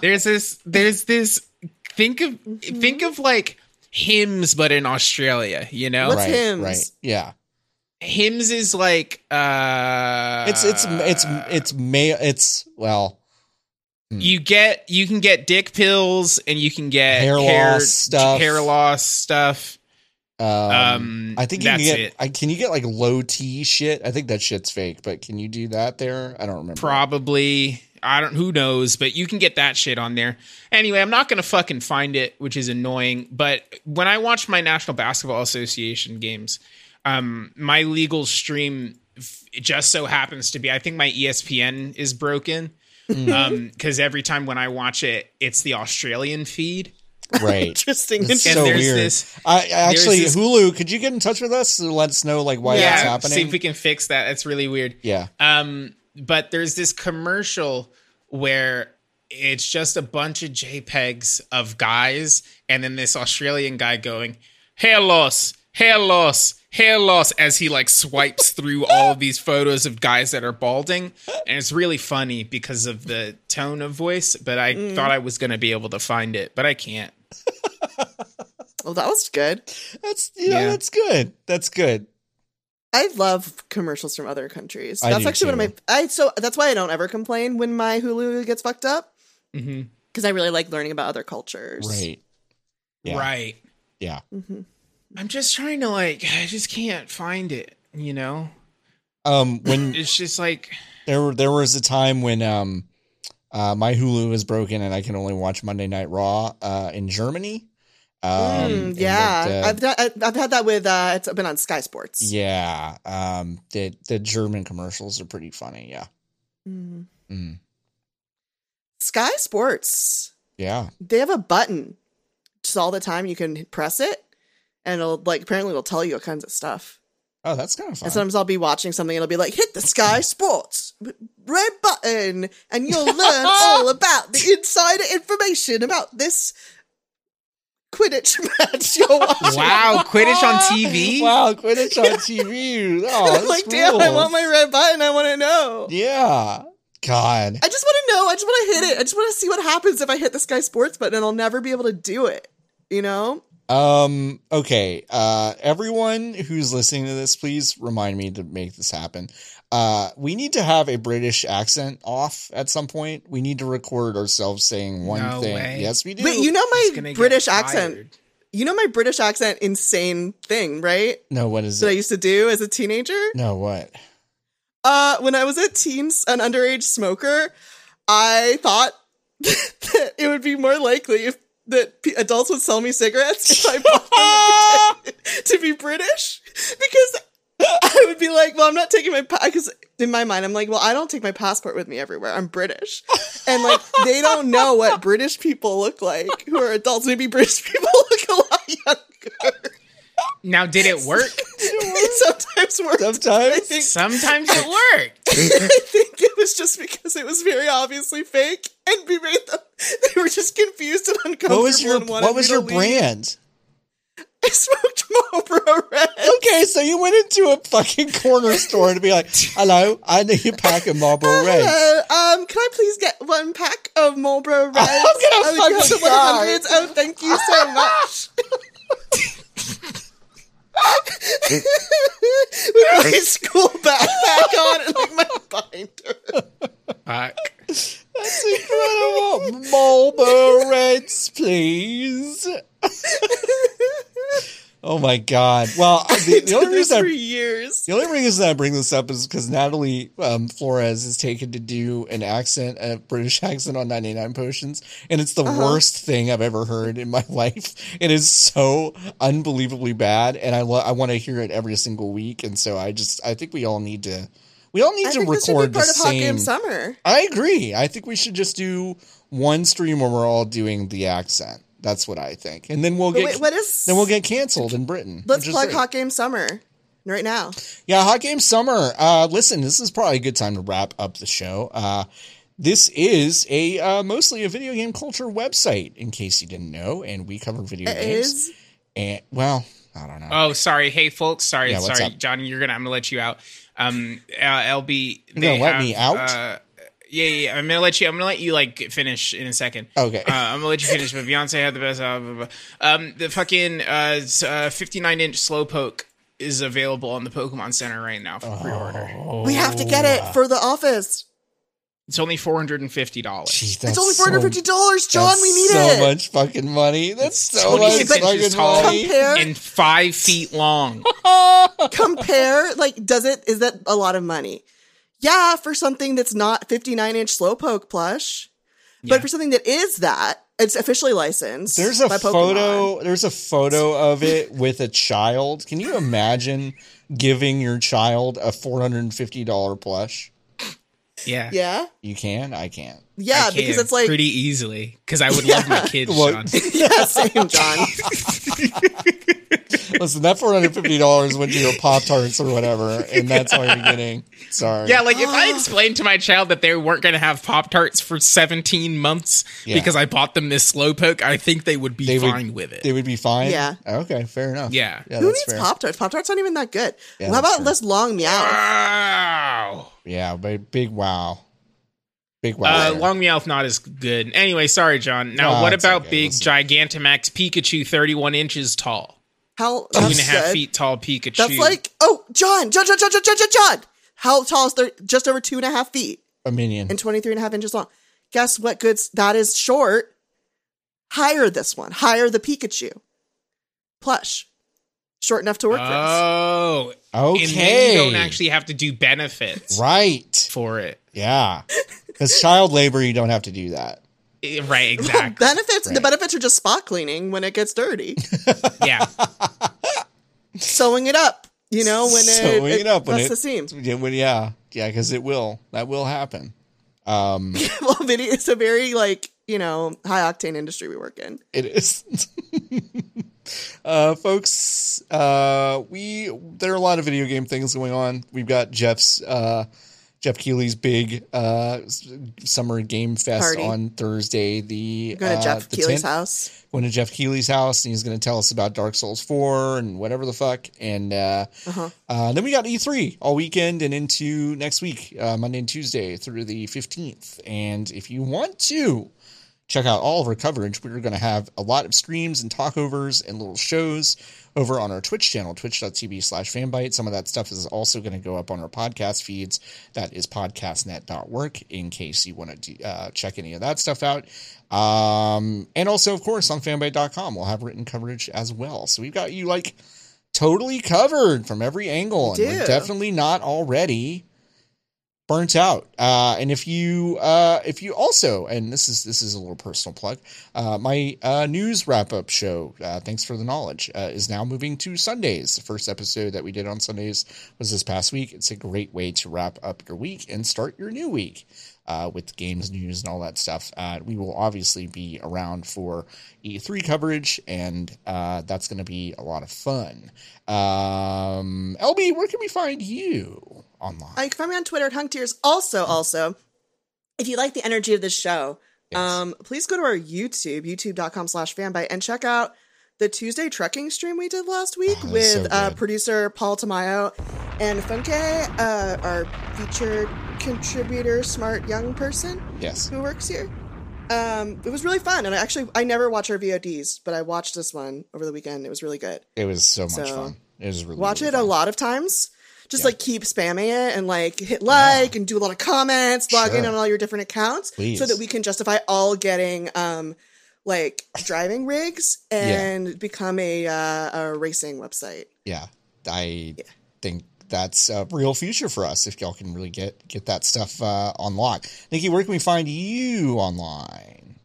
Speaker 5: There's this. There's this. Think of think of like hymns, but in Australia. You know,
Speaker 4: What's
Speaker 3: right,
Speaker 4: hymns?
Speaker 3: right. Yeah.
Speaker 5: hymns is like uh,
Speaker 3: It's it's it's it's male it's well,
Speaker 5: Hmm. you get you can get dick pills and you can get
Speaker 3: Hair loss stuff.
Speaker 5: hair loss stuff.
Speaker 3: um,
Speaker 5: Um,
Speaker 3: I think you
Speaker 5: that's
Speaker 3: can get
Speaker 5: it.
Speaker 3: I, can you get like low T shit? I think that shit's fake, but can you do that there? I don't remember.
Speaker 5: Probably. I don't. Who knows? But you can get that shit on there. Anyway, I'm not gonna fucking find it, which is annoying. But when I watch my National Basketball Association games, um, my legal stream f- it just so happens to be. I think my E ESPN is broken.
Speaker 3: Hmm.
Speaker 5: Um, because every time when I watch it, it's the Australian feed.
Speaker 3: Right.
Speaker 5: *laughs*
Speaker 4: Interesting.
Speaker 3: It's
Speaker 5: And
Speaker 3: so
Speaker 5: there's
Speaker 3: weird.
Speaker 5: this-
Speaker 3: I I actually
Speaker 5: this-
Speaker 3: Hulu, could you get in touch with us to let us know like why that's Oh, happening?
Speaker 5: see if we can fix that. That's really weird.
Speaker 3: yeah.
Speaker 5: Um, but there's this commercial where it's just a bunch of JPEGs of guys, and then this Australian guy going, hair loss, hair loss, hair loss, as he like swipes through all of these photos of guys that are balding. And it's really funny because of the tone of voice, but I thought I was going to be able to find it, but I can't.
Speaker 4: *laughs* Well, that was good.
Speaker 3: That's yeah,
Speaker 5: Yeah.
Speaker 3: that's good. That's good.
Speaker 4: I love commercials from other countries.
Speaker 3: I
Speaker 4: That's
Speaker 3: do
Speaker 4: actually one
Speaker 3: too.
Speaker 4: of my I so that's why I don't ever complain when my Hulu gets fucked up
Speaker 5: Mhm.
Speaker 4: because I really like learning about other cultures.
Speaker 3: Right. Yeah.
Speaker 5: Right.
Speaker 3: Yeah.
Speaker 5: I'm just trying to like I just can't find it, you know?
Speaker 3: Um when
Speaker 5: It's just like
Speaker 3: there were there was a time when um uh my Hulu was broken and I can only watch Monday Night Raw uh in Germany. Um
Speaker 4: Mm,
Speaker 3: and
Speaker 4: yeah,
Speaker 3: that, uh,
Speaker 4: I've done, I- I've had that with uh, it's been on Sky Sports.
Speaker 3: yeah. Um the the German commercials are pretty funny, yeah.
Speaker 4: Mm.
Speaker 3: Mm.
Speaker 4: Sky Sports,
Speaker 3: Yeah.
Speaker 4: they have a button just all the time. You can press it, and it'll like apparently it'll tell you all kinds of stuff.
Speaker 3: Oh, that's kind of fun.
Speaker 4: And sometimes I'll be watching something, and it'll be like, "Hit the Sky Sports red button, and you'll learn all about the insider information about this." Quidditch *laughs* match you're watching.
Speaker 5: wow, Quidditch on
Speaker 3: *laughs*
Speaker 5: TV? *laughs*
Speaker 3: Wow, Quidditch
Speaker 4: *laughs*
Speaker 3: on TV. Oh,
Speaker 4: I'm
Speaker 3: that's
Speaker 4: like, damn, I want my
Speaker 3: rules.
Speaker 4: red button. I want to know.
Speaker 3: Yeah. God.
Speaker 4: I just want to know. I just want to hit it. I just want to see what happens if I hit the Sky Sports button, and I'll never be able to do it. You know?
Speaker 3: Um, okay. Uh, everyone who's listening to this, please remind me to make this happen. Uh, we need to have a British accent off at some point. We need to record ourselves saying one
Speaker 5: No
Speaker 3: thing.
Speaker 5: way.
Speaker 3: Yes, we do.
Speaker 4: Wait, you know
Speaker 5: It's
Speaker 4: my
Speaker 5: gonna get
Speaker 4: British accent.
Speaker 5: tired.
Speaker 4: You know my British accent, insane thing, right?
Speaker 3: no, what is
Speaker 4: That I
Speaker 3: it?
Speaker 4: used to do as a teenager.
Speaker 3: No, what?
Speaker 4: Uh, when I was a teen, an underage smoker, I thought *laughs* that it would be more likely if that p- adults would sell me cigarettes if I bought them *laughs* to be British, because I would be like, "Well, I'm not taking my because in my mind I'm like, well, I don't take my passport with me everywhere. I'm British, and like they don't know what British people look like who are adults. Maybe British people *laughs* look a lot younger.
Speaker 5: Now did it
Speaker 4: *laughs*
Speaker 5: work?
Speaker 4: It sometimes works.
Speaker 3: Sometimes?
Speaker 4: I think
Speaker 5: Sometimes it
Speaker 3: *laughs*
Speaker 5: worked.
Speaker 4: I think it was just because it was very obviously fake, and we made them. *laughs* They were just confused and uncomfortable.
Speaker 3: What was your
Speaker 4: and wanted
Speaker 3: what was
Speaker 4: me
Speaker 3: your
Speaker 4: to leave.
Speaker 3: brand?
Speaker 4: *laughs* I smoked Marlboro Red.
Speaker 3: Okay, so you went into a fucking corner store to be like, "Hello, I need a pack of
Speaker 4: *laughs*
Speaker 3: Marlboro Reds."
Speaker 4: Hello, um, can I please get one pack of Marlboro
Speaker 3: *laughs*
Speaker 4: Reds?
Speaker 3: I'm gonna
Speaker 4: you have
Speaker 3: fucking
Speaker 4: the 100s? Oh, thank you
Speaker 3: *laughs*
Speaker 4: so much. *laughs* With my school backpack on and
Speaker 3: *laughs*
Speaker 4: like my binder.
Speaker 5: Fuck.
Speaker 3: That's incredible. *laughs* Marlboro Reds, please. *laughs* oh my god. Well, the, the only
Speaker 4: This
Speaker 3: reason
Speaker 4: for
Speaker 3: I,
Speaker 4: years.
Speaker 3: the only reason I bring this up is because Natalie um, Flores is taken to do an accent, a British *laughs* accent on 99 Potions, and it's the
Speaker 4: Uh-huh.
Speaker 3: worst thing I've ever heard in my *laughs* life. It is so unbelievably bad, and I lo- I want to hear it every single week, and so I just I think we all need to we all need
Speaker 4: I
Speaker 3: to
Speaker 4: think this should be
Speaker 3: record
Speaker 4: part of
Speaker 3: the
Speaker 4: Hot
Speaker 3: same.
Speaker 4: Game Summer.
Speaker 3: I agree. I think we should just do one stream where we're all doing the accent. That's what I think, and then we'll
Speaker 4: But
Speaker 3: get
Speaker 4: wait, what is?
Speaker 3: then we'll get canceled in Britain.
Speaker 4: Let's
Speaker 3: which is
Speaker 4: plug
Speaker 3: great.
Speaker 4: Hot Game Summer right now.
Speaker 3: Yeah, hot game summer. Uh, listen, this is probably a good time to wrap up the show. Uh, this is a uh, mostly a video game culture website, in case you didn't know, and we cover video
Speaker 4: It
Speaker 3: games.
Speaker 4: is.
Speaker 3: And well, I don't know.
Speaker 5: Oh, sorry. Hey folks, sorry,
Speaker 3: Yeah, what's
Speaker 5: sorry,
Speaker 3: up?
Speaker 5: Johnny, you're gonna I'm gonna let you out. Um uh, LB
Speaker 3: You're gonna
Speaker 5: they
Speaker 3: let
Speaker 5: have,
Speaker 3: me out?
Speaker 5: Uh, yeah, yeah, yeah, I'm gonna let you. I'm gonna let you like finish in a second.
Speaker 3: Okay.
Speaker 5: Uh, I'm gonna let you finish. But Beyonce had the best album. Blah, blah. Um, the fucking uh, s- uh, 59 inch slowpoke is available on the Pokemon Center right now for
Speaker 3: Oh.
Speaker 5: pre-order.
Speaker 4: We have to get it for the office.
Speaker 5: It's only 450 dollars.
Speaker 3: Gee, that's
Speaker 4: it's only
Speaker 3: so-
Speaker 4: four hundred fifty dollars, John.
Speaker 3: that's
Speaker 4: We need
Speaker 3: so
Speaker 4: it.
Speaker 3: much fucking money. That's so much
Speaker 5: 26 inches
Speaker 3: fucking
Speaker 5: tall
Speaker 3: money.
Speaker 4: Compare,
Speaker 5: and five feet long.
Speaker 4: *laughs*
Speaker 3: *laughs*
Speaker 4: compare. Like, does it? Is that a lot of money? Yeah, for something that's not fifty-nine inch slowpoke plush,
Speaker 5: Yeah.
Speaker 4: but for something that is that, it's officially licensed.
Speaker 3: There's a
Speaker 4: by Pokemon.
Speaker 3: photo. There's a photo of it with a child. Can you imagine giving your child a four hundred and fifty dollar plush?
Speaker 5: Yeah,
Speaker 4: Yeah,
Speaker 3: You can. I can't.
Speaker 4: yeah,
Speaker 5: I
Speaker 4: because
Speaker 5: can
Speaker 4: it's like *laughs*
Speaker 5: pretty easily because I would love my kids,
Speaker 3: Well,
Speaker 5: Sean.
Speaker 3: *laughs*
Speaker 4: yeah, same, John.
Speaker 3: Listen, that four hundred fifty dollars went to your pop tarts or whatever, and that's all you're getting. Sorry.
Speaker 5: Yeah, like if I explained to my child that they weren't going to have Pop Tarts for 17 months
Speaker 3: Yeah.
Speaker 5: because I bought them this Slowpoke, I think they would be
Speaker 3: They would-
Speaker 5: fine with it.
Speaker 3: they would be fine.
Speaker 4: Yeah.
Speaker 3: Okay. Fair enough.
Speaker 5: Yeah.
Speaker 3: Yeah.
Speaker 4: Who
Speaker 3: that's
Speaker 4: needs
Speaker 3: fair.
Speaker 4: Pop Tarts? Pop Tarts aren't even that good.
Speaker 3: Yeah,
Speaker 4: How
Speaker 3: that's
Speaker 4: about
Speaker 3: true.
Speaker 4: less long meow?
Speaker 5: Wow.
Speaker 3: Oh, Yeah, but big wow. Big
Speaker 5: Uh,
Speaker 3: Wow.
Speaker 5: Long Meowth not as good. Anyway, sorry, John. Now,
Speaker 3: No,
Speaker 5: what
Speaker 3: it's
Speaker 5: about
Speaker 3: okay.
Speaker 5: big
Speaker 3: It's-
Speaker 5: Gigantamax Pikachu, 31 inches tall?
Speaker 4: How
Speaker 5: Two
Speaker 4: that's
Speaker 5: and a half
Speaker 4: good.
Speaker 5: feet tall Pikachu.
Speaker 4: That's like oh John, John, John, John, John, John, John, John. How tall is there? Just over two and a half feet
Speaker 3: a minion.
Speaker 4: and 23 and a half inches long. Guess what? Goods that is short. Hire this one. Hire the Pikachu. Plush, short enough to work with.
Speaker 5: Oh,
Speaker 3: Okay.
Speaker 5: and then you don't actually have to do benefits
Speaker 3: right.
Speaker 5: for it.
Speaker 4: *laughs*
Speaker 3: Yeah. Because child labor, you don't have to do that.
Speaker 5: Eh, Right,
Speaker 3: *laughs*
Speaker 4: Well,
Speaker 5: exactly.
Speaker 4: benefits. *laughs* The
Speaker 3: Right.
Speaker 4: benefits are just spot cleaning when it
Speaker 3: *laughs*
Speaker 4: gets dirty,
Speaker 5: yeah.
Speaker 4: sewing it up. You know when it,
Speaker 3: Sewing it up when
Speaker 4: busts
Speaker 3: it-
Speaker 4: the seam.
Speaker 3: Yeah, well, yeah, yeah, because it will. That will happen. Um,
Speaker 4: *laughs* well, video. It's a very like you know high octane industry we work in.
Speaker 3: it is. *laughs* uh, folks, uh, we there are a lot of video game things going on. We've got Jeff's uh, Jeff Keeley's big uh, s- summer game fest
Speaker 4: Party.
Speaker 3: on Thursday. The
Speaker 4: Go to
Speaker 3: uh,
Speaker 4: Jeff
Speaker 3: the
Speaker 4: Keeley's
Speaker 3: 10th.
Speaker 4: house.
Speaker 3: going to Jeff Keeley's house and he's going to tell us about Dark Souls 4 and whatever the fuck. And uh,
Speaker 4: Uh-huh.
Speaker 3: uh then we got E3 all weekend and into next week, uh, Monday and Tuesday through the 15th. And if you want to check out all of our coverage, we're going to have a lot of streams and talkovers and little shows over on our Twitch channel, twitch.tv slash fanbite. Some of that stuff is also going to go up on our podcast feeds. That is podcastnet.work in case you want to uh, check any of that stuff out. Um, and also, of course, on fanbite.com, we'll have written coverage as well. So we've got you like totally covered from every angle. And
Speaker 4: We
Speaker 3: we're
Speaker 4: do.
Speaker 3: definitely not already burnt out. Uh, and if you uh, if you also, and this is this is a little personal plug, uh, my uh, news wrap up show. Uh, Thanks for the knowledge uh, is now moving to Sundays. The first episode that we did on Sundays was this past week. It's a great way to wrap up your week and start your new week. Uh, with games news and all that stuff, uh, we will obviously be around for E3 coverage, and uh, that's going to be a lot of fun. Um, LB, where can we find you online?
Speaker 4: Uh, you can find me on Twitter at Hunk Tears. Also, also, if you like the energy of this show, um, please go to our YouTube, youtube.com slash fanbite, and check out the Tuesday trekking stream we did last week
Speaker 3: Oh, that's
Speaker 4: with
Speaker 3: so
Speaker 4: uh,
Speaker 3: good.
Speaker 4: producer Paul Tamayo and Funke, uh, our featured contributor, smart young person
Speaker 3: yes.
Speaker 4: who works here. Um, it was really fun, and I actually I never watch our VODs, but I watched this one over the weekend. It was really good.
Speaker 3: It was so much
Speaker 4: So,
Speaker 3: fun. It was really
Speaker 4: watch
Speaker 3: really
Speaker 4: it a
Speaker 3: fun.
Speaker 4: lot of times. Just like keep spamming it and like hit like and do a lot of comments, log in
Speaker 3: Sure.
Speaker 4: on all your different accounts
Speaker 3: Please.
Speaker 4: so that we can justify all getting um like driving rigs and become a uh, a racing website.
Speaker 3: Yeah, I think that's a real future for us if y'all can really get get that stuff uh, on lock. Nikki, where can we find you online?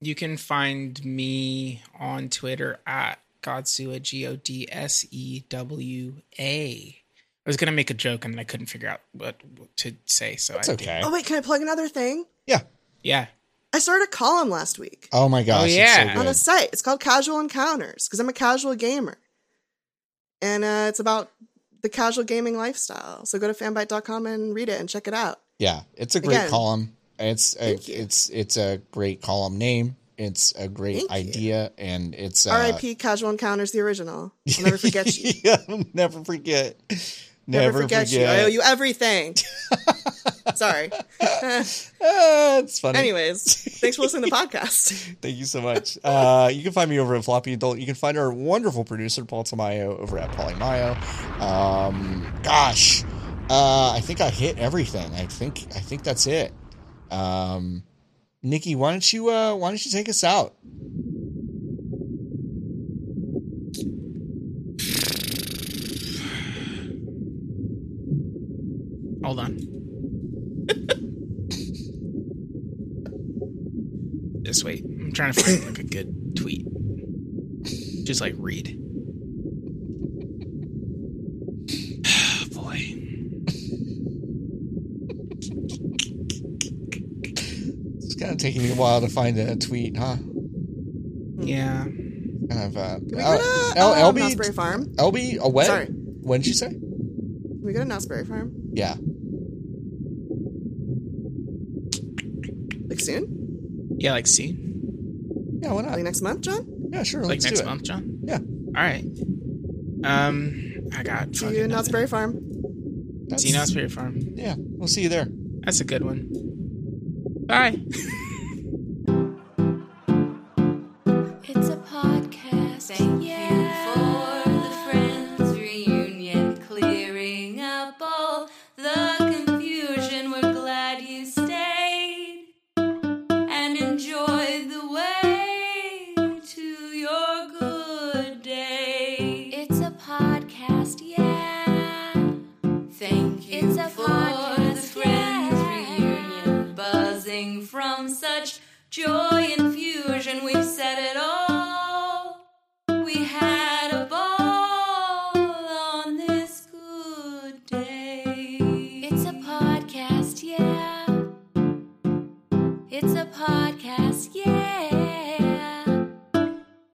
Speaker 5: You can find me on Twitter at Godsua, G O D S E W A. I was going to make a joke and I couldn't figure out what what to say. So
Speaker 3: It's
Speaker 5: I
Speaker 3: okay.
Speaker 4: Oh wait, can I plug another thing?
Speaker 3: Yeah.
Speaker 5: Yeah.
Speaker 4: I started a column last week
Speaker 3: Oh my gosh.
Speaker 5: Oh,
Speaker 3: it's so
Speaker 5: yeah.
Speaker 3: good.
Speaker 4: on a site. It's called Casual Encounters because I'm a casual gamer. And uh, it's about the casual gaming lifestyle. So go to fanbite.com and read it and check it out.
Speaker 3: Yeah, it's a great
Speaker 4: Again.
Speaker 3: column. It's a,
Speaker 4: Thank you.
Speaker 3: it's it's a great column name. It's a great
Speaker 4: Thank you.
Speaker 3: idea, and it's uh,
Speaker 4: R.I.P. Casual Encounters, the original. I'll
Speaker 3: *laughs*
Speaker 4: never forget you.
Speaker 3: yeah, never forget.
Speaker 4: Never,
Speaker 3: Never,
Speaker 4: forget, you. I owe you
Speaker 3: *laughs*
Speaker 4: everything. Sorry.
Speaker 3: Ah, it's funny.
Speaker 4: *laughs* Anyways, thanks for listening to the
Speaker 3: *laughs*
Speaker 4: podcast.
Speaker 3: Thank you so much. Uh, you can find me over at Floppy Adult. You can find our wonderful producer, Paul Tamayo, over at Polymayo. Um, gosh, uh, I think I hit everything. I think I think that's it. Um, Nikki, why don't you uh, why don't you take us out?
Speaker 5: Hold on. Just wait. I'm trying to find like a good tweet. Just like read. *sighs* Boy.
Speaker 3: It's kind of taking me a while to find a tweet, huh?
Speaker 5: Yeah.
Speaker 3: Kind of. Uh,
Speaker 4: Can we
Speaker 3: uh,
Speaker 4: go to
Speaker 3: L-
Speaker 4: uh, Knott's Berry
Speaker 3: LB,
Speaker 4: Farm? Can
Speaker 3: LB, a what?
Speaker 4: Sorry.
Speaker 3: What did you say?
Speaker 4: we go to Knott's Berry Farm?
Speaker 3: Yeah.
Speaker 4: Like soon?
Speaker 5: Yeah, like soon.
Speaker 3: Yeah, why not?
Speaker 4: Like next month, John?
Speaker 3: Yeah, sure.
Speaker 5: Like
Speaker 3: let's
Speaker 5: next
Speaker 3: do it.
Speaker 5: month, John.
Speaker 3: Yeah,
Speaker 5: All right. Um, I got
Speaker 4: See you
Speaker 5: fucking
Speaker 4: in Knott's
Speaker 5: nothing.
Speaker 4: Berry Farm.
Speaker 3: that's,
Speaker 5: See you in Knott's Berry Farm.
Speaker 3: yeah. We'll see you there.
Speaker 5: That's a good one. Bye.
Speaker 1: It's a podcast.
Speaker 2: Thank
Speaker 1: yeah.
Speaker 2: you for the friends reunion, clearing up all the confusion. We're glad you stayed and enjoyed the way to your good day.
Speaker 1: It's a podcast. Yeah.
Speaker 2: Thank you
Speaker 1: It's a
Speaker 2: for
Speaker 1: podcast,
Speaker 2: the friends
Speaker 1: yeah.
Speaker 2: reunion, buzzing from such joy infusion. We've said it all. We had a ball on this good day.
Speaker 1: It's a podcast. Yeah. It's a podcast. Yeah.